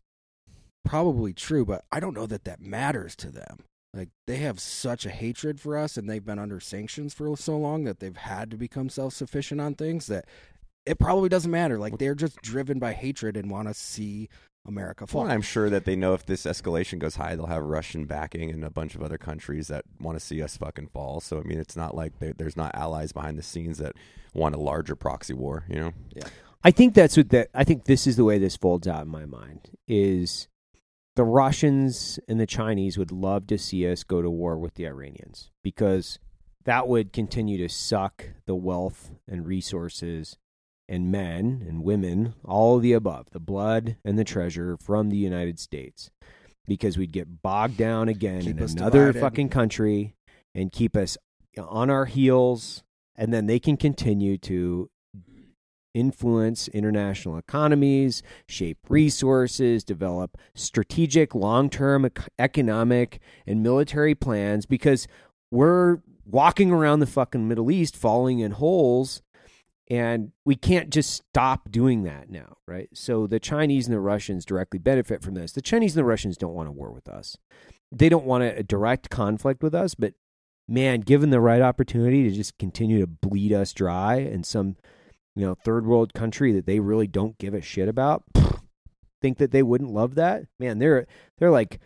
S5: probably true, but I don't know that that matters to them. Like they have such a hatred for us and they've been under sanctions for so long that they've had to become self-sufficient on things that it probably doesn't matter. Like they're just driven by hatred and want to see America fall.
S3: Well, I'm sure that they know if this escalation goes high, they'll have Russian backing and a bunch of other countries that want to see us fucking fall. So, I mean, it's not like there- there's not allies behind the scenes that want a larger proxy war, you know?
S4: I think that's what that. I think this is the way this folds out in my mind is the Russians and the Chinese would love to see us go to war with the Iranians because that would continue to suck the wealth and resources and men and women, all of the above, the blood and the treasure from the United States because we'd get bogged down again
S5: Keep
S4: in
S5: us
S4: another
S5: divided.
S4: fucking country and keep us on our heels and then they can continue to influence international economies, shape resources, develop strategic, long term economic and military plans because we're walking around the fucking Middle East falling in holes and we can't just stop doing that now, right? So the Chinese and the Russians directly benefit from this. The Chinese and the Russians don't want a war with us. They don't want a a direct conflict with us, but man, given the right opportunity to just continue to bleed us dry in some, you know, third world country that they really don't give a shit about, think that they wouldn't love that? Man, they're they're like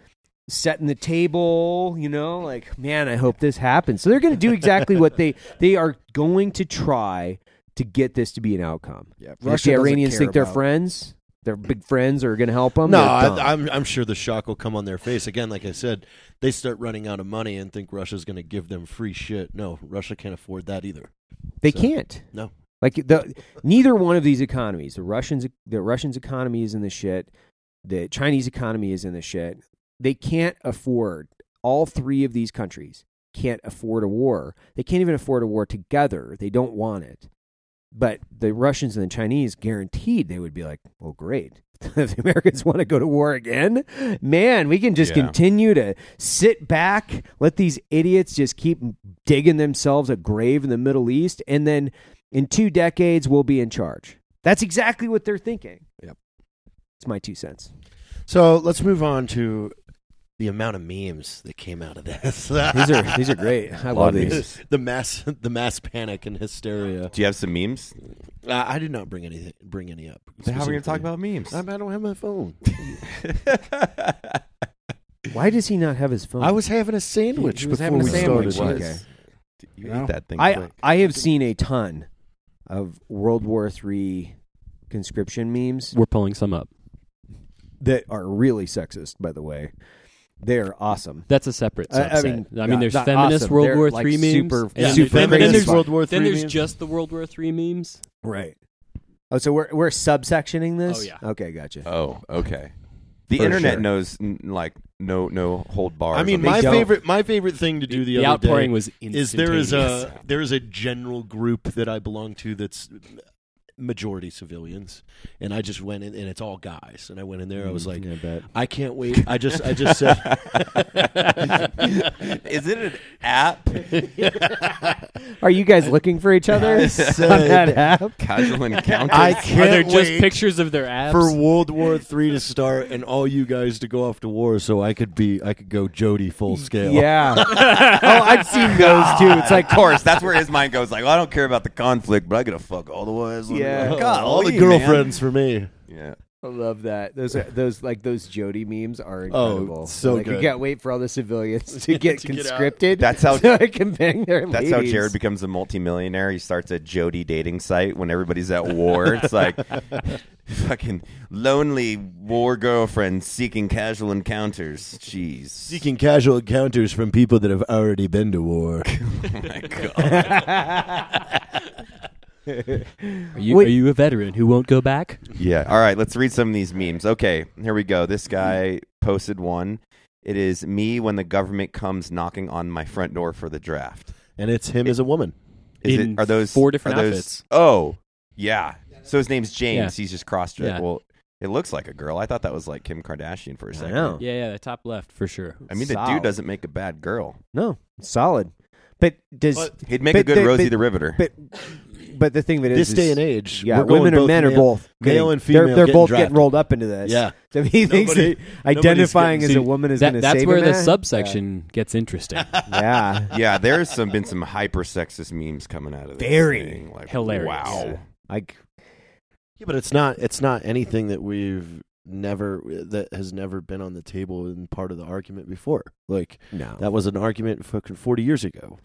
S4: setting the table, you know, like man, I hope this happens. So they're going to do exactly what they they are going to try to get this to be an outcome.
S5: yeah,
S4: And if the
S5: doesn't
S4: Iranians
S5: care
S4: think they're
S5: about-
S4: friends, their big friends are going to help them.
S6: no, I, I'm, I'm sure the shock will come on their face. Again, like I said, they start running out of money and think Russia's going to give them free shit. No, Russia can't afford that either.
S4: they
S6: so-
S4: can't.
S6: No.
S4: Like the neither one of these economies, the Russians the Russians economy is in the shit, the Chinese economy is in the shit. They can't afford all three of these countries can't afford a war. They can't even afford a war together. They don't want it. But the Russians and the Chinese guaranteed they would be like, "Well, great. if the Americans want to go to war again, man, we can just
S3: Yeah.
S4: continue to sit back, let these idiots just keep digging themselves a grave in the Middle East, and then in two decades we'll be in charge." That's exactly what they're thinking.
S5: Yep.
S4: It's my two cents.
S6: So let's move on to the amount of memes that came out of this.
S4: These are these are great. I love these.
S6: the mass, the mass panic and hysteria.
S3: Do you have some memes?
S6: Uh, I did not bring anything, bring any up.
S3: How are we going to talk about memes?
S6: I, I don't have my phone.
S4: Why does he not have his phone?
S6: I was having a sandwich
S5: He- he was
S6: before
S5: having a
S6: we
S5: sandwich,
S6: started.
S5: yes.
S3: You
S5: No.
S3: ate that thing
S4: I
S3: quick.
S4: I have seen a ton of World War III conscription memes
S7: We're pulling some up.
S4: that are really sexist, by the way. They're awesome.
S7: That's a separate
S4: I- I
S7: subset. I,
S4: mean,
S7: mean,
S4: not-
S7: there's
S4: not
S7: feminist
S4: awesome.
S7: World
S4: They're,
S7: War
S4: like,
S7: Three memes,
S4: super-
S7: and then
S4: super
S7: there's-
S4: feminist
S7: then there's,
S6: World War
S7: then
S6: III
S7: there's
S6: memes?
S7: just the World War Three memes.
S4: Right. Oh, so we're we're subsectioning this?
S7: Oh, yeah.
S4: Okay, gotcha.
S3: Oh, okay. The
S4: For
S3: internet
S4: sure.
S3: knows, n- like, no no hold bars.
S6: I mean,
S3: on
S6: my
S3: these.
S4: don't.
S6: favorite, my favorite thing to do the,
S7: the
S6: other
S7: outpouring
S6: day
S7: was
S6: is there is
S7: instantaneous.
S6: a there is a general group that I belong to that's majority civilians, and I just went in and it's all guys, and I went in there, I was like,
S4: I bet.
S6: I can't wait. I just, I just said,
S3: Is it an app?
S4: Are you guys looking for each other on that app?
S3: Casual encounters?
S6: I
S7: Are there
S6: can't
S7: just
S6: wait
S7: pictures of their abs?
S6: for World War Three to start and all you guys to go off to war, so I could be, I could go Jody full scale.
S4: Yeah. oh, I've seen those too. It's like
S3: of course, that's where his mind goes. Like, well, I don't care about the conflict, but I gotta fuck all the ones.
S4: Yeah.
S3: God,
S6: all
S3: Oh,
S6: the
S3: man.
S6: girlfriends for me.
S3: Yeah,
S4: I love that. Those are, those like those Jody memes are
S6: Oh,
S4: incredible.
S6: so
S4: like, You
S6: good.
S4: can't wait for all the civilians to get
S6: To get out.
S4: conscripted.
S3: That's how-
S4: so I can bang their
S3: that's
S4: ladies.
S3: how Jared becomes a multimillionaire. He starts a Jody dating site when everybody's at war. It's like fucking lonely war girlfriend seeking casual encounters. Jeez,
S6: Seeking casual encounters from people that have already been to war.
S3: Oh my god.
S7: Are you,
S4: Wait.
S7: are you a veteran who won't go back?
S3: Yeah. All right, let's read some of these memes. Okay, here we go. This guy posted one. It is me when the government comes knocking on my front door for the draft.
S6: and it's him as a woman.
S3: Is
S7: In
S3: it are those
S7: four different
S3: are those-
S7: outfits.
S3: Oh, yeah. So his name's James.
S7: Yeah.
S3: He's just cross dressed.
S7: Yeah.
S3: Well, it looks like a girl. I thought that was like Kim Kardashian for a second.
S4: know.
S7: Yeah, yeah, the top left for sure.
S3: I mean, the
S4: Solid.
S3: dude doesn't make a bad girl.
S4: No, solid. But does
S3: He'd make a
S4: But
S3: good
S4: they-
S3: Rosie
S4: but-
S3: the Riveter.
S4: but but the thing that is
S6: This day
S4: is-
S6: and age,
S4: yeah,
S6: we're going
S4: women
S6: both
S4: and men are
S6: male-
S4: both
S6: male
S4: getting-
S6: and female
S4: They're, they're
S6: getting
S4: both
S6: drafted.
S4: getting rolled up into this.
S6: Yeah.
S4: so he thinks
S6: Nobody-
S4: that identifying
S6: nobody's
S4: as
S6: getting-
S4: a woman is going
S7: that,
S4: to
S7: that's
S4: save
S7: where
S4: him
S7: the
S4: eh?
S7: subsection gets interesting.
S4: Yeah,
S3: yeah, there's some been some hyper sexist memes coming out of this
S4: Very
S3: thing. Like,
S7: hilarious.
S3: Wow.
S4: like
S6: Yeah, but it's not. It's not anything that we've never that has never been on the table and part of the argument before. Like
S4: no.
S6: that was an argument fucking forty years ago.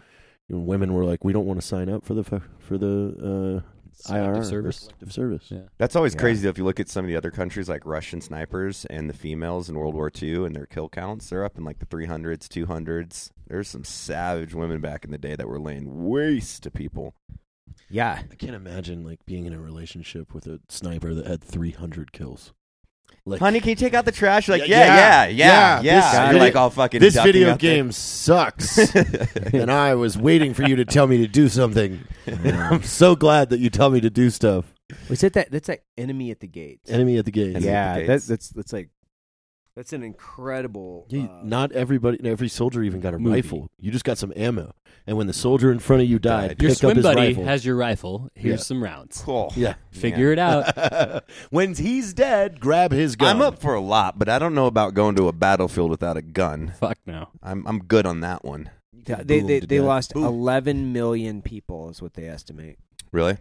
S6: When women were like, "We don't want to sign up for the fu- for the uh,
S7: Selective
S6: IRR or
S7: service.
S6: selective service."
S7: Yeah.
S3: That's always
S4: Yeah.
S3: crazy though. If you look at some of the other countries, like Russian snipers and the females in World War II and their kill counts, they're up in like the 300s, 200s. There's some savage women back in the day that were laying waste to people.
S4: yeah,
S6: I can't imagine like being in a relationship with a sniper that had three hundred kills. Like,
S3: Honey, can you take out the trash? You're like,
S6: Yeah,
S3: yeah, yeah, yeah,
S6: yeah,
S3: yeah.
S6: this
S3: You're
S6: video-
S3: like all fucking.
S6: this
S3: ducking
S6: video
S3: out there.
S6: game sucks, and I was waiting for you to tell me to do something. I'm so glad that you tell me to do stuff.
S4: was it that? That's like enemy at the gates.
S6: Enemy at the gate.
S3: Enemy at the
S4: yeah,
S3: gates.
S4: that's that's that's like that's an incredible.
S6: Yeah,
S4: uh,
S6: not everybody, every soldier even got a
S7: Movie.
S6: rifle. You just got some ammo, and when the soldier in front of you died,
S3: Died.
S7: Your
S6: picked up
S7: swim
S6: his
S7: buddy
S6: rifle.
S7: has your rifle. Here's
S6: Yeah.
S7: some rounds.
S3: Cool.
S6: yeah.
S7: Figure it out.
S6: when he's dead, grab his gun.
S3: I'm up for a lot, but I don't know about going to a battlefield without a gun.
S7: Fuck no.
S3: I'm I'm good on that one.
S4: th- they they,
S6: to
S4: they
S6: death.
S4: lost
S3: Boom.
S4: 11 million people is what they estimate.
S3: Really?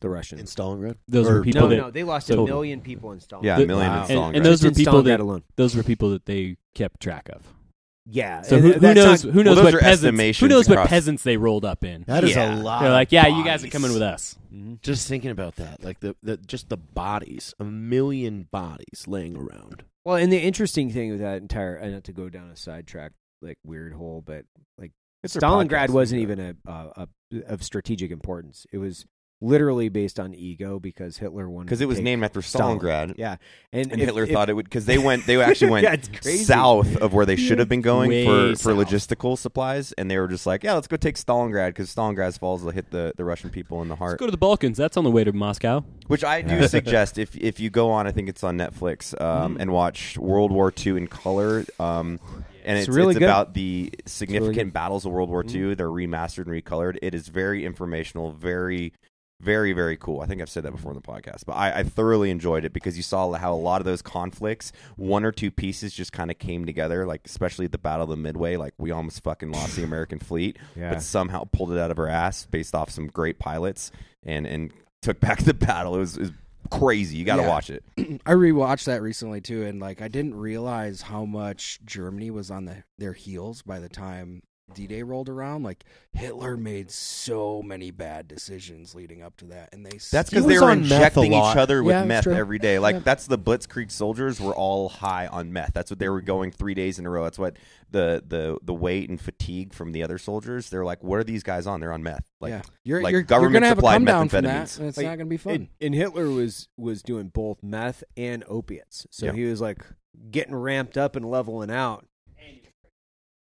S4: The Russians.
S6: in Stalingrad.
S7: Those
S6: Or-
S7: were people
S4: no,
S7: that
S4: no, they lost
S7: Total.
S4: a million people in Stalingrad.
S3: Yeah,
S7: The-
S3: a million
S4: Wow.
S3: in
S7: and-
S3: Stalingrad.
S7: and those
S4: Just
S7: were
S4: in
S7: people
S4: Stalingrad
S7: that
S4: alone.
S7: those were people that they kept track of.
S4: Yeah.
S7: So
S4: and
S7: who,
S4: th-
S7: who
S4: that's
S7: knows?
S4: not-
S7: who knows
S3: those
S7: what
S3: are
S7: peasants? Who
S3: estimations
S7: knows what
S3: across-
S7: peasants they rolled up in?
S6: That is
S3: Yeah.
S6: a lot.
S7: They're
S6: of
S7: like, yeah, you guys are
S6: bodies.
S7: coming with us.
S4: Mm-hmm.
S6: Just thinking about that, like the, the just the bodies, a million bodies laying around.
S4: Well, and the interesting thing with that entire, and not to go down a sidetrack, like weird hole, but like
S3: It's their
S4: Stalingrad
S3: podcast.
S4: wasn't even a, a, a of strategic importance. It was literally based on ego because Hitler wanted
S3: because
S4: to
S3: it was
S4: take-
S3: named after Stalingrad.
S4: Yeah, and,
S3: And
S4: if-
S3: Hitler
S4: if-
S3: thought it would because they went. They actually went
S4: Yeah, it's crazy.
S3: south of where they should have been going
S7: Way
S3: for, for
S7: south.
S3: logistical supplies, and they were just like, "Yeah, let's go take Stalingrad because Stalingrad falls will hit the, the Russian people in the
S7: Let's
S3: heart."
S7: go to the Balkans. That's on the way to Moscow.
S3: Which I do suggest if if you go on, I think it's on Netflix,
S4: Mm.
S3: um, and watch World War II in color. Um, and it's,
S4: It's really
S3: it's
S4: good.
S3: about the significant
S4: good. Mm.
S3: battles of World War II. They're remastered and recolored. It is very informational, very, very, very cool. I think I've said that before in the podcast, but I, I thoroughly enjoyed it because you saw how a lot of those conflicts, one or two pieces, just kind of came together. Like especially the Battle of the Midway, like we almost fucking lost the American fleet,
S4: Yeah.
S3: but somehow pulled it out of our ass based off some great pilots and and took back the battle. It was, it was crazy. You got to
S5: Yeah.
S3: watch it.
S5: I rewatched that recently too, and like I didn't realize how much Germany was on the, their heels by the time D Day rolled around. Like Hitler made so many bad decisions leading up to that, and they
S3: That's
S5: still-
S3: because
S6: He
S3: they
S6: was
S3: were
S6: on meth a
S3: injecting
S6: lot.
S3: each other with
S5: Yeah, it's
S3: meth
S5: true.
S3: every day. Like
S5: Yeah.
S3: that's the Blitzkrieg soldiers were all high on meth. That's what they were going three days in a row. That's what the the the weight and fatigue from the other soldiers. They're like, what are these guys on? They're on meth. Like
S5: yeah, you're
S3: like
S5: you're,
S3: government
S5: you're gonna have a
S3: supplied
S5: come down from
S3: methamphetamines.
S5: that, and it's
S4: Like,
S5: not gonna be fun.
S4: And, and Hitler was was doing both meth and opiates, so
S3: Yeah.
S4: he was like getting ramped up and leveling out.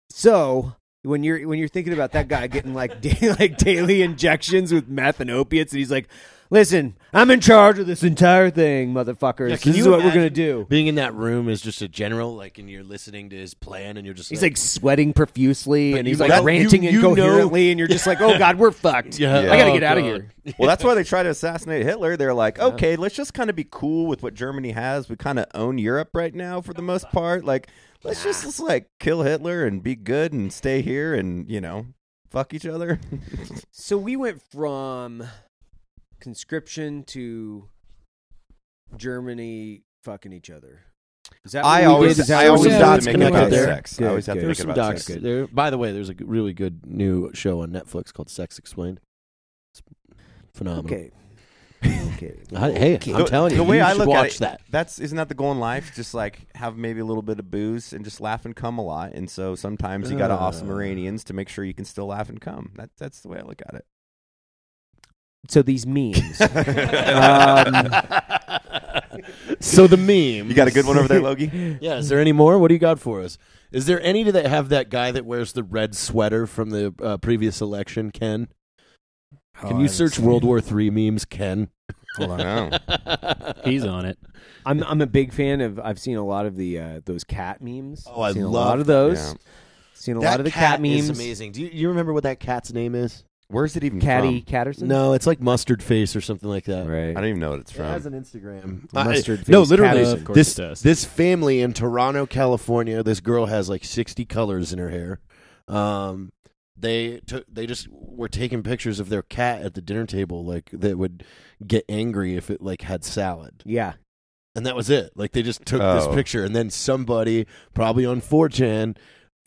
S4: So when you're when you're thinking about that guy getting like da- like daily injections with meth and opiates, and he's like, "Listen, I'm in charge of this entire thing, motherfuckers.
S6: Yeah, can
S4: this is
S6: you
S4: what we're
S6: imagine
S4: gonna do."
S6: Being in that room is just a general, like, and you're listening to his plan, and you're just
S4: He's like sweating profusely,
S6: But
S4: and
S6: you-
S4: he's like
S6: that- you-
S4: ranting
S6: you know-
S4: incoherently, and you're just like, "Oh God, we're fucked.
S6: Yeah.
S4: I gotta
S6: Oh,
S4: get out of
S6: God.
S4: here."
S3: Well, that's why they try to assassinate Hitler. They're like, okay, let's just kind of be cool with what Germany has. We kind of own Europe right now for the most part. Like, let's just, just like kill Hitler and be good and stay here and you know fuck each other.
S4: So we went from conscription to Germany fucking each other. Is that
S3: I
S4: what we
S3: always,
S4: did? Is that
S3: I
S4: what we
S3: always
S4: did?
S3: have
S6: that's
S3: to make it about
S6: connected there.
S3: sex. I always have to make
S4: Good,
S6: There's
S3: it
S6: some
S3: about
S6: docs.
S3: sex.
S6: There, by the way, there's a g- really good new show on Netflix called Sex Explained. It's phenomenal.
S4: Okay. okay.
S6: I- hey, I'm telling you,
S3: the way
S6: you
S3: I
S6: should
S3: look
S6: watch
S3: at it,
S6: that.
S3: That's isn't that the goal in life? Just like have maybe a little bit of booze and just laugh and cum a lot. And so sometimes you got to off some
S6: Uh.
S3: Iranians to make sure you can still laugh and cum. That that's the way I look at it.
S4: so these memes.
S6: Um, so the meme.
S3: Um, You got a good one over there, Logie?
S6: Yeah, is there any more? What do you got for us? Is there any that have that guy that wears the red sweater from the uh, previous election, Ken?
S5: Oh, I
S6: Can you
S5: haven't
S6: search
S5: seen
S6: World
S5: it.
S6: War III memes, Ken?
S5: Hold on.
S3: No.
S7: He's
S4: Uh,
S7: on it.
S4: I'm I'm a big fan of. I've seen a lot of the uh, those cat memes.
S6: Oh, I
S4: seen a
S6: love
S4: lot of those.
S3: yeah.
S4: Seen a
S6: That
S4: lot of the cat, memes.
S6: Is amazing. Do you, you remember what that cat's name is?
S3: Where's it even
S4: Catty Catterson.
S6: No, it's like mustard face or something like that.
S3: from? I
S4: right.
S3: don't even know what it's
S6: It has
S3: from.
S6: an Instagram.
S4: Mustard
S6: Mm. no,
S4: face
S6: literally,
S4: Patterson.
S7: Of course
S6: this
S7: it does.
S6: this family in Toronto, California. This girl has like sixty colors in her hair. Um, they took they just were taking pictures of their cat at the dinner table, like that would get angry if it like had salad,
S4: Yeah.
S6: and that was it. Like they just took
S3: Oh.
S6: this picture, and then somebody probably on 4chan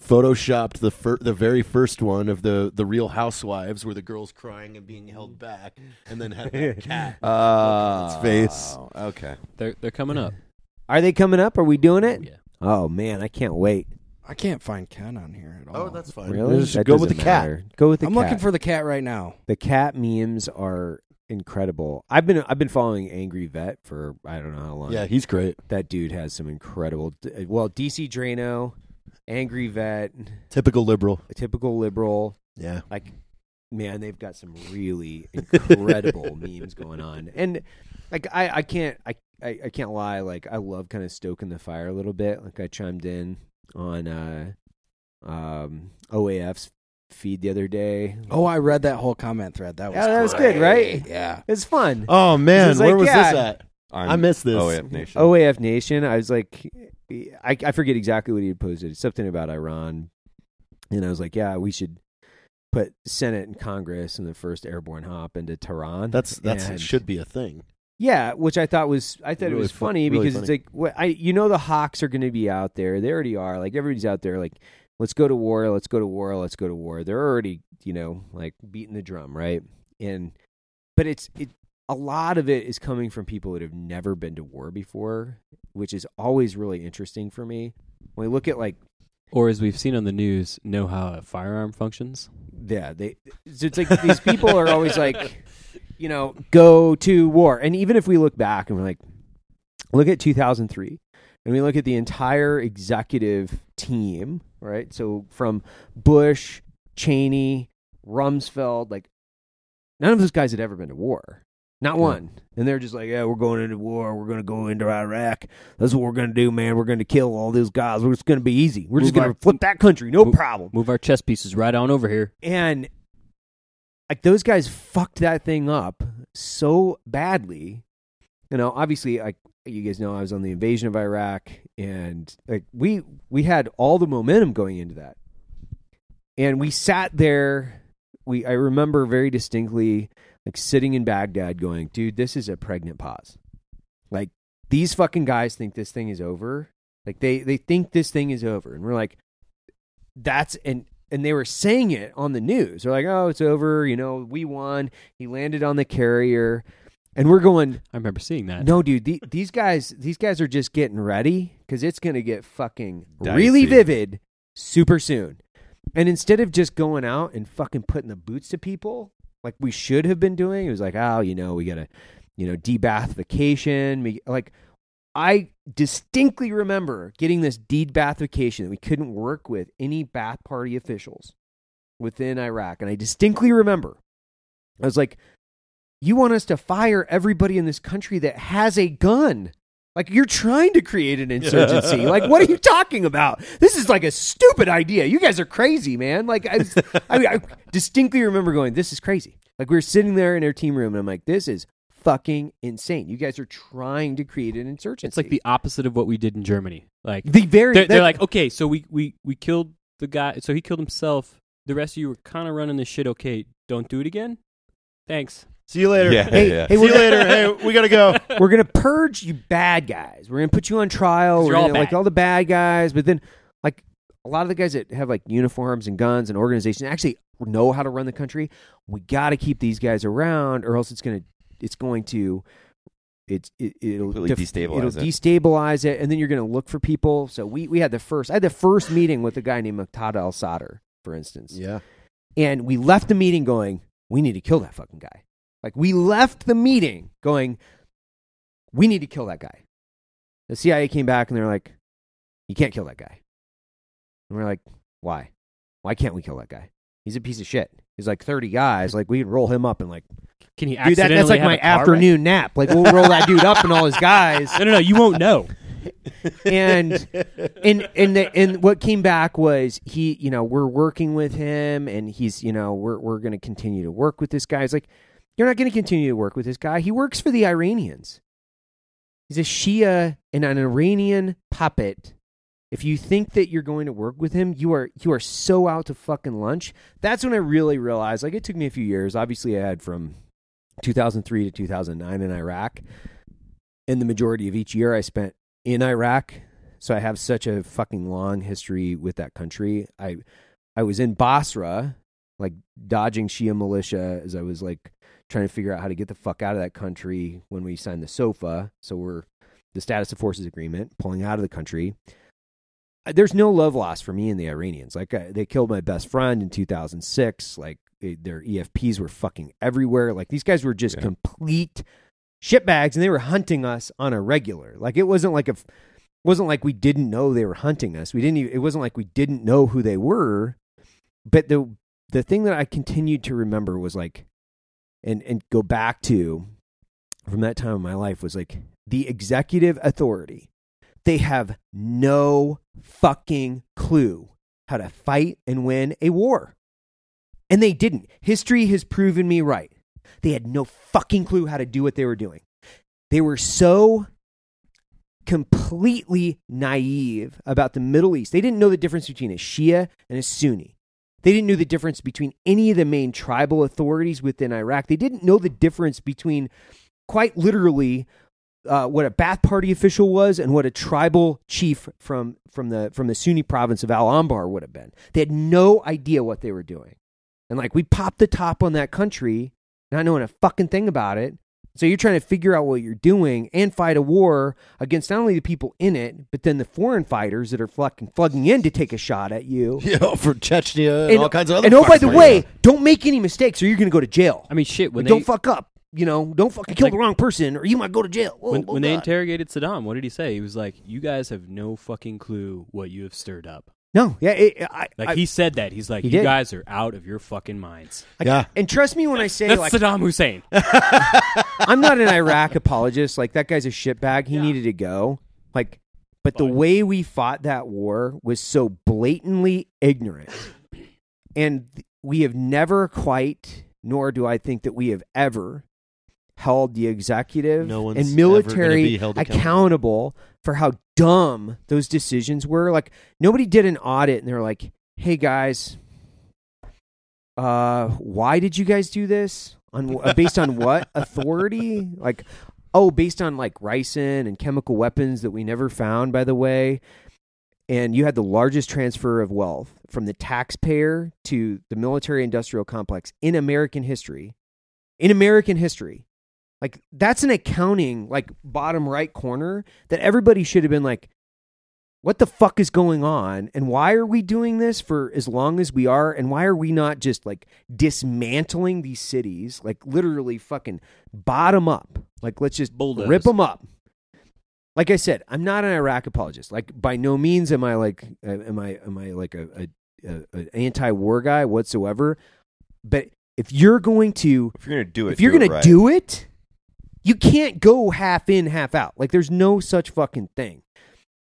S6: photoshopped the fir- the very first one of the the Real Housewives, where the girl's crying and being held back, and then had that cat. Ah.
S3: Uh,
S1: Its face.
S3: Okay.
S7: They're they're coming up.
S4: Are they coming up? Are we doing it?
S7: Yeah.
S4: Oh man, I can't wait.
S5: I can't find Ken on here at all.
S6: Oh, that's fine.
S4: Really?
S6: Just
S4: That
S6: go with the
S4: doesn't
S6: cat.
S4: matter. Go with the
S5: I'm
S4: cat.
S5: looking for the cat right now.
S4: the cat memes are incredible. I've been I've been following Angry Vet for I don't know how long.
S6: Yeah, he's great.
S4: That dude has some incredible. Well, DC Drano, Angry Vet,
S6: Typical liberal.
S4: a typical liberal.
S6: Yeah.
S4: like man they've got some really incredible memes going on and like i i can't I, I i can't lie like i love kind of stoking the fire a little bit like i chimed in on uh um oaf's feed the other day
S5: Oh, I read that whole comment thread. That was
S4: Yeah, that was
S5: great.
S4: good, right?
S5: Yeah.
S4: it's fun
S6: Oh man,
S4: This is like,
S6: where was
S4: yeah.
S6: this at?
S3: I'm,
S6: I missed this.
S3: Oh, yeah, Nation.
S4: oaf nation i was like i i forget exactly what he had posted something about iran and i was like yeah we should put senate and congress and the first airborne hop into tehran
S6: That's that's
S4: And-
S6: it should be a thing.
S4: Yeah, which I thought was I thought
S6: Really
S4: it was
S6: fu-
S4: funny
S6: really
S4: because
S6: funny.
S4: it's like what I you know the Hawks are going to be out there. They already are. Like everybody's out there. Like let's go to war. Let's go to war. Let's go to war. They're already you know like beating the drum right. And but it's it a lot of it is coming from people that have never been to war before, which is always really interesting for me. When we look at like
S7: Or as we've seen on the news, know how a firearm functions.
S4: yeah, they so it's like these people are always like, you know, go to war. And even if we look back and we're like, look at 2003, and we look at the entire executive team, right? So from Bush, Cheney, Rumsfeld, like none of those guys had ever been to war. Not one. And they're just like, yeah, we're going into war. We're going to go into Iraq. That's what we're going to do, man. We're going to kill all those guys. It's going to be easy. We're just
S7: Move
S4: going
S7: our-
S4: to flip that country. No
S7: move-
S4: problem
S7: Move our chess pieces right on over here.
S4: and like those guys fucked that thing up so badly you know obviously like you guys know i was on the invasion of iraq and like we we had all the momentum going into that and we sat there we i remember very distinctly like sitting in baghdad going dude this is a pregnant pause like these fucking guys think this thing is over like they they think this thing is over and we're like that's and and they were saying it on the news. They're like, "Oh, it's over. You know, we won. He landed on the carrier," and we're going,
S7: I remember seeing that.
S4: "No, dude. The, these guys, these guys are just getting ready because it's going to get fucking
S3: Dicey.
S4: really vivid super soon." And instead of just going out and fucking putting the boots to people like we should have been doing, it was like, "Oh, you know, we got to, you know, debathification." We, like, I distinctly remember getting this deed bathification that we couldn't work with any Ba'ath Party officials within Iraq. And I distinctly remember, I was like, you want us to fire everybody in this country that has a gun. Like, you're trying to create an insurgency. Like, what are you talking about? This is like a stupid idea. You guys are crazy, man. Like, I, was, I, mean, I distinctly remember going, this is crazy. Like, we were sitting there in our team room, and I'm like, this is fucking insane. You guys are trying to create an insurgency.
S7: It's like the opposite of what we did in Germany. Like
S4: The very
S7: they're, they're
S4: that-
S7: like, okay, so we, we we killed the guy, so he killed himself. The rest of you were kind of running this shit. Okay, don't do it again. Thanks.
S6: See you later.
S3: Yeah,
S4: Hey,
S3: yeah.
S4: hey,
S6: See
S4: we're
S6: you
S4: gonna-
S6: later. Hey, we gotta go.
S4: we're gonna purge you bad guys. We're gonna put you on trial.
S7: 'Cause
S4: We're
S7: you're all
S4: gonna, like
S7: bad.
S4: all the bad guys, but then like a lot of the guys that have like uniforms and guns and organization actually know how to run the country. We got to keep these guys around, or else it's gonna it's going to it's it, it'll
S3: Completely destabilize
S4: it'll
S3: it.
S4: destabilize it, and then you're gonna look for people. So we we had the first I had the first meeting with a guy named Muqtada Al Sadr, for instance,
S6: Yeah.
S4: and we left the meeting going, we need to kill that fucking guy. Like we left the meeting going, we need to kill that guy. The CIA came back and they're like, you can't kill that guy. And we're like, why? Why can't we kill that guy? He's a piece of shit. He's like 30 guys. Like we can roll him up and like,
S7: Can
S4: dude,
S7: he
S4: that,
S7: accidentally
S4: that's like
S7: have
S4: my
S7: a car wreck?
S4: afternoon nap. Like we'll roll that dude up and all his guys.
S7: No, no, no. You won't know.
S4: and and and the, and what came back was he you know we're working with him and he's you know we're we're going to continue to work with this guy. It's like you're not going to continue to work with this guy. He works for the Iranians. He's a Shia and an Iranian puppet. If you think that you're going to work with him, you are you are so out to fucking lunch. That's when I really realized. Like it took me a few years. Obviously, I had from 2003 to 2009 in Iraq. And the majority of each year I spent in Iraq. So I have such a fucking long history with that country. I I was in Basra, like dodging Shia militia as I was like trying to figure out how to get the fuck out of that country when we signed the SOFA. So we're the status of forces agreement, pulling out of the country. Uh, There's no love lost for me and the Iranians. Like I, they killed my best friend in 2006. Like they, their EFPs were fucking everywhere. Like these guys were just
S1: Yeah.
S4: complete shitbags, and they were hunting us on a regular. Like it wasn't like a f- wasn't like we didn't know they were hunting us. We didn't. Even, it wasn't like we didn't know who they were. But the the thing that I continued to remember was like, and and go back to from that time in my life was like the executive authority. They have no fucking clue how to fight and win a war. And they didn't. History has proven me right. They had no fucking clue how to do what they were doing. They were so completely naive about the Middle East. They didn't know the difference between a Shia and a Sunni. They didn't know the difference between any of the main tribal authorities within Iraq. They didn't know the difference between quite literally uh, what a Ba'ath Party official was and what a tribal chief from from the from the Sunni province of Al Anbar would have been. They had no idea what they were doing, and like we popped the top on that country, not knowing a fucking thing about it. So you're trying to figure out what you're doing and fight a war against not only the people in it, but then the foreign fighters that are fucking flooding in to take a shot at you.
S6: Yeah, for Chechnya and, all kinds of other.
S4: and oh, by the
S6: fucking-
S4: way, don't make any mistakes, or you're going to go to jail.
S7: I mean, shit. When
S4: Like,
S7: they
S4: don't fuck up. You know, don't fucking kill the
S7: Like-
S4: wrong person, or you might go to jail. Whoa,
S7: when,
S4: whoa,
S7: when they
S4: God.
S7: interrogated Saddam, what did he say? He was like, "You guys have no fucking clue what you have stirred up."
S4: no, yeah, it, I,
S7: Like
S4: I-
S7: he said that. He's like,
S4: He
S7: "You
S4: did.
S7: guys are out of your fucking minds."
S4: Like,
S6: Yeah.
S4: And trust me when I say,
S7: That's
S4: like,
S7: Saddam Hussein.
S4: I'm not an Iraq apologist. Like, that guy's a shitbag. He needed to go. Like, but the way we fought that war was so blatantly ignorant. And th- we have never quite, nor do I think that we have ever held the executive
S6: No one's
S4: and
S6: ever gonna
S4: military
S6: be held accountable.
S4: accountable for how dumb those decisions were. Like, nobody did an audit and they're like, hey, guys, uh, why did you guys do this? On uh, based on what authority? Like, oh, based on like ricin and chemical weapons that we never found, by the way. And you had the largest transfer of wealth from the taxpayer to the military-industrial complex in American history. In American history, like that's an accounting like bottom right corner that everybody should have been like, what the fuck is going on and why are we doing this for as long as we are and why are we not just like dismantling these cities like literally fucking bottom up like let's just
S7: Bulldoze.
S4: rip them up like i said i'm not an iraq apologist like by no means am i like uh, am i am i like a, a, a an anti-war guy whatsoever but if you're going to
S3: If you're gonna do it,
S4: if you're
S3: do
S4: gonna
S3: it right.
S4: do it, you can't go half in, half out. Like there's no such fucking thing.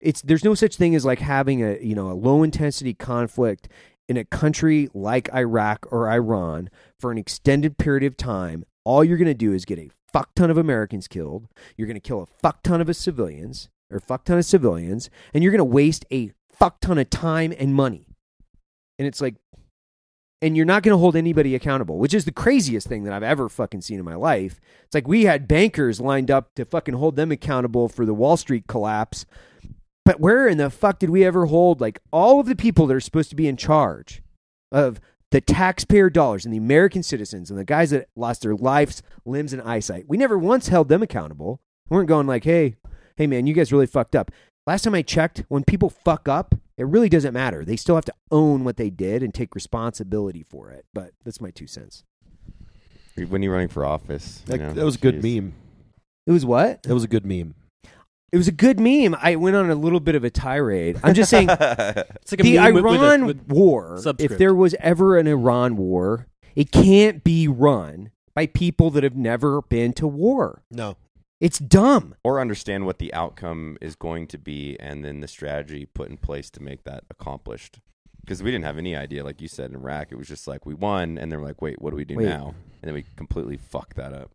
S4: It's there's no such thing as like having a you know a low intensity conflict in a country like Iraq or Iran for an extended period of time. All you're gonna do is get a fuck ton of Americans killed. You're gonna kill a fuck ton of civilians or fuck ton of civilians, and you're gonna waste a fuck ton of time and money. And it's like and you're not going to hold anybody accountable, which is the craziest thing that I've ever fucking seen in my life. It's like we had bankers lined up to fucking hold them accountable for the Wall Street collapse. But where in the fuck did we ever hold like all of the people that are supposed to be in charge of the taxpayer dollars and the American citizens and the guys that lost their lives, limbs, and eyesight? We never once held them accountable. We weren't going like, hey, hey man, you guys really fucked up. Last time I checked, when people fuck up, it really doesn't matter. They still have to own what they did and take responsibility for it. But that's my two cents.
S3: When you're running for office, you
S6: That,
S3: know,
S6: that was a good
S3: jeez.
S6: meme.
S4: It was what?
S6: That was a good meme.
S4: It was a good meme. I went on a little bit of a tirade. I'm just saying
S7: It's like a
S4: the
S7: meme with- with a-
S4: Iran
S7: with-
S4: war. If
S7: subscript.
S4: there was ever an Iran war, it can't be run by people that have never been to war.
S6: No.
S4: It's dumb.
S3: Or understand what the outcome is going to be, and then the strategy put in place to make that accomplished. Because we didn't have any idea, like you said in Iraq, it was just like we won, and they're like, "Wait, what do we do
S4: Wait.
S3: now?" And then we completely fucked that up.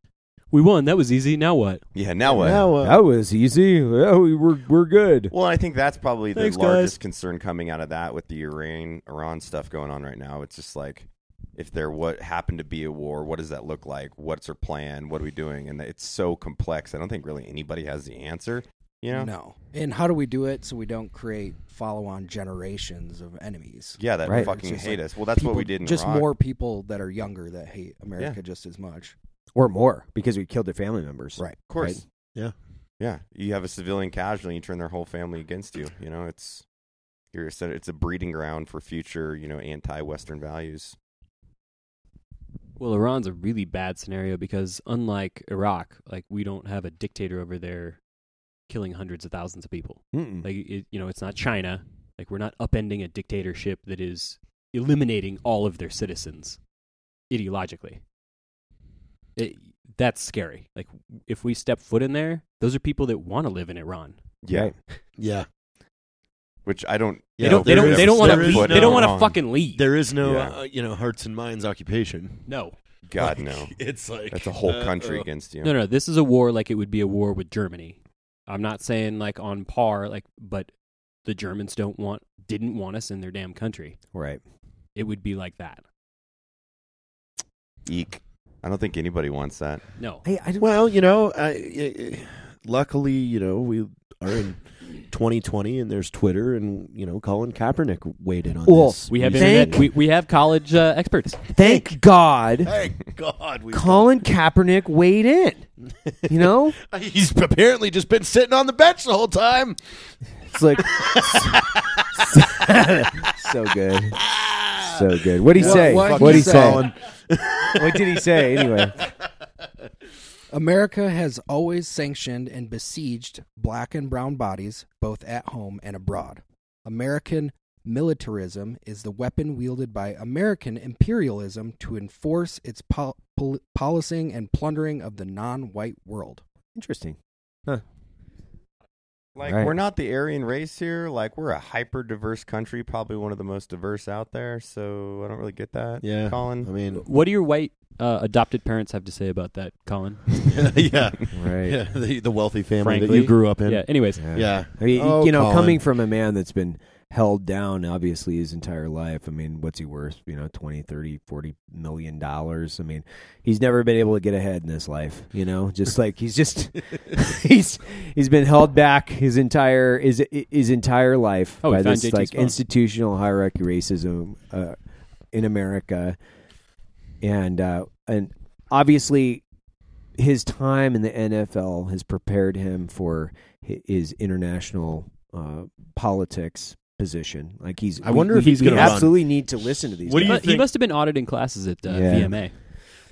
S7: we won. That was easy. Now what?
S3: Yeah, now what?
S4: That was easy. Oh, we we're we're good.
S3: Well, I think that's probably the
S7: Thanks, guys.
S3: largest concern coming out of that with the Iran Iran stuff going on right now. It's just like if there what happened to be a war, what does that look like? What's her plan? What are we doing? And it's so complex. I don't think really anybody has the answer. You know?
S5: No. And how do we do it so we don't create follow-on generations of enemies?
S3: Yeah, that
S4: Right.
S3: fucking
S5: It's just
S3: hate
S5: like
S3: us. Well, that's what
S5: People-
S3: we did in
S5: Just
S3: Iraq.
S5: more people that are younger that hate America just as much.
S4: Or more because we killed their family members.
S5: Right.
S3: Of course.
S4: right?
S6: Yeah.
S3: Yeah. You have a civilian casualty, you turn their whole family against you. You know, it's you're a, it's a breeding ground for future, you know, anti-Western values.
S7: Well, Iran's a really bad scenario because unlike Iraq, like we don't have a dictator over there killing hundreds of thousands of people.
S4: Mm-mm.
S7: Like it, you know, it's not China. Like we're not upending a dictatorship that is eliminating all of their citizens ideologically. It, that's scary. Like if we step foot in there, those are people that want to live in Iran.
S3: Yeah.
S4: Right.
S6: Yeah.
S3: Which I don't
S7: They
S6: Yeah,
S7: don't. They
S6: there
S7: don't.
S6: is-
S7: They don't want to.
S6: there is
S7: They don't
S6: no-
S7: want to
S3: wrong.
S7: fucking leave.
S6: There is no,
S3: Yeah.
S6: uh, you know, hearts and minds occupation.
S7: no.
S3: God
S6: Like,
S3: no.
S6: It's like
S3: That's a whole
S6: uh,
S3: country
S6: uh,
S3: against you.
S7: No, no, this is a war like it would be a war with Germany. I'm not saying like on par, like, but the Germans don't want, didn't want us in their damn country.
S4: Right.
S7: It would be like that.
S3: Eek. I don't think anybody wants that.
S7: No,
S4: Hey, I don't,
S6: Well, you know, I, I- I- luckily, you know, we are in 2020, and there's Twitter, and you know, Colin Kaepernick weighed in on
S4: Well,
S6: this.
S7: we have
S4: Thank-
S7: internet. We, we have college uh, experts.
S4: thank God
S6: Thank God, we
S4: Colin Kaepernick weighed in. You know?
S6: He's apparently just been sitting on the bench the whole time.
S4: It's like so good, so good. What would he say?
S5: what-
S4: What would he
S5: what-
S4: say?
S5: Colin.
S4: What did he say anyway?
S5: America has always sanctioned and besieged black and brown bodies, both at home and abroad. American militarism is the weapon wielded by American imperialism to enforce its pol- pol- policing and plundering of the non white world.
S4: Interesting.
S3: Like
S4: Right.
S3: we're not the Aryan race here. Like we're a hyper diverse country, probably one of the most diverse out there. So I don't really get that.
S6: Yeah, I
S3: Colin.
S6: mean,
S7: What do your white uh, adopted parents have to say about that, Colin?
S6: yeah,
S4: Right.
S6: yeah, the, the wealthy family that
S7: Frankly.
S6: you grew up in.
S7: Yeah. Anyways,
S6: Yeah.
S4: I mean,
S6: Oh,
S4: you know,
S6: Colin.
S4: coming from a man that's been held down obviously his entire life. I mean, what's he worth? You know, 20, 30, 40 million dollars. I mean, he's never been able to get ahead in this life, you know? Just like he's just he's he's been held back his entire his his entire life
S7: Oh, he
S4: by
S7: found
S4: this
S7: JT's
S4: like
S7: phone.
S4: institutional hierarchy racism uh, in America. And uh and obviously his time in the NFL has prepared him for hi- his international uh, politics position. Like he's,
S6: I wonder if he's
S4: going
S6: gonna
S4: to
S6: run.
S4: absolutely need to listen to these.
S6: What do
S4: guys.
S6: you
S7: But Uh, he
S6: think-
S7: must have been auditing classes at uh,
S4: Yeah.
S7: VMA.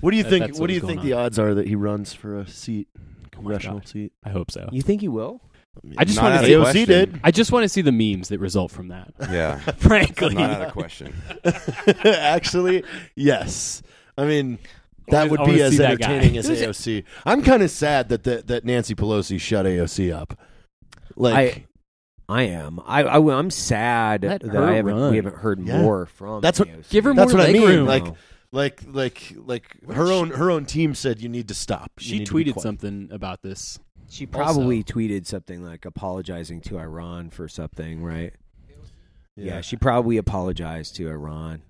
S6: What do you
S7: That-
S6: think?
S7: that's
S6: What do
S7: what
S6: you
S7: was
S6: think
S7: going
S6: the
S7: on. Oh
S6: odds are that he runs for a seat, congressional
S7: God.
S6: seat?
S7: I hope so.
S4: You think he will?
S7: I just
S3: Not
S7: want
S3: out
S7: to
S3: of
S7: see.
S6: AOC
S3: question.
S6: did.
S7: I just want to see the memes that result from that.
S3: Yeah.
S7: Frankly,
S3: Not out of question.
S6: Actually, yes. I mean, that
S7: wanna-
S6: would
S7: I
S6: be
S7: wanna
S6: as
S7: see that guy.
S6: entertaining as
S7: There's a-
S6: AOC. I'm kind of sad that, that that Nancy Pelosi shut AOC up. Like
S4: I am. I, I am sad
S7: Let
S4: that
S7: her
S4: I haven't,
S7: run.
S4: we haven't heard
S6: Yeah.
S4: more from.
S6: That's what-
S4: AOC.
S7: give her
S6: that's
S7: more
S6: what I
S7: leg
S6: mean.
S7: room.
S6: Like like like like her own her own team said you need to stop. You
S7: she
S6: need to be
S7: tweeted
S6: quiet.
S7: something about this.
S4: she probably tweeted something like apologizing to Iran for something, right? Yeah. she probably apologized to Iran.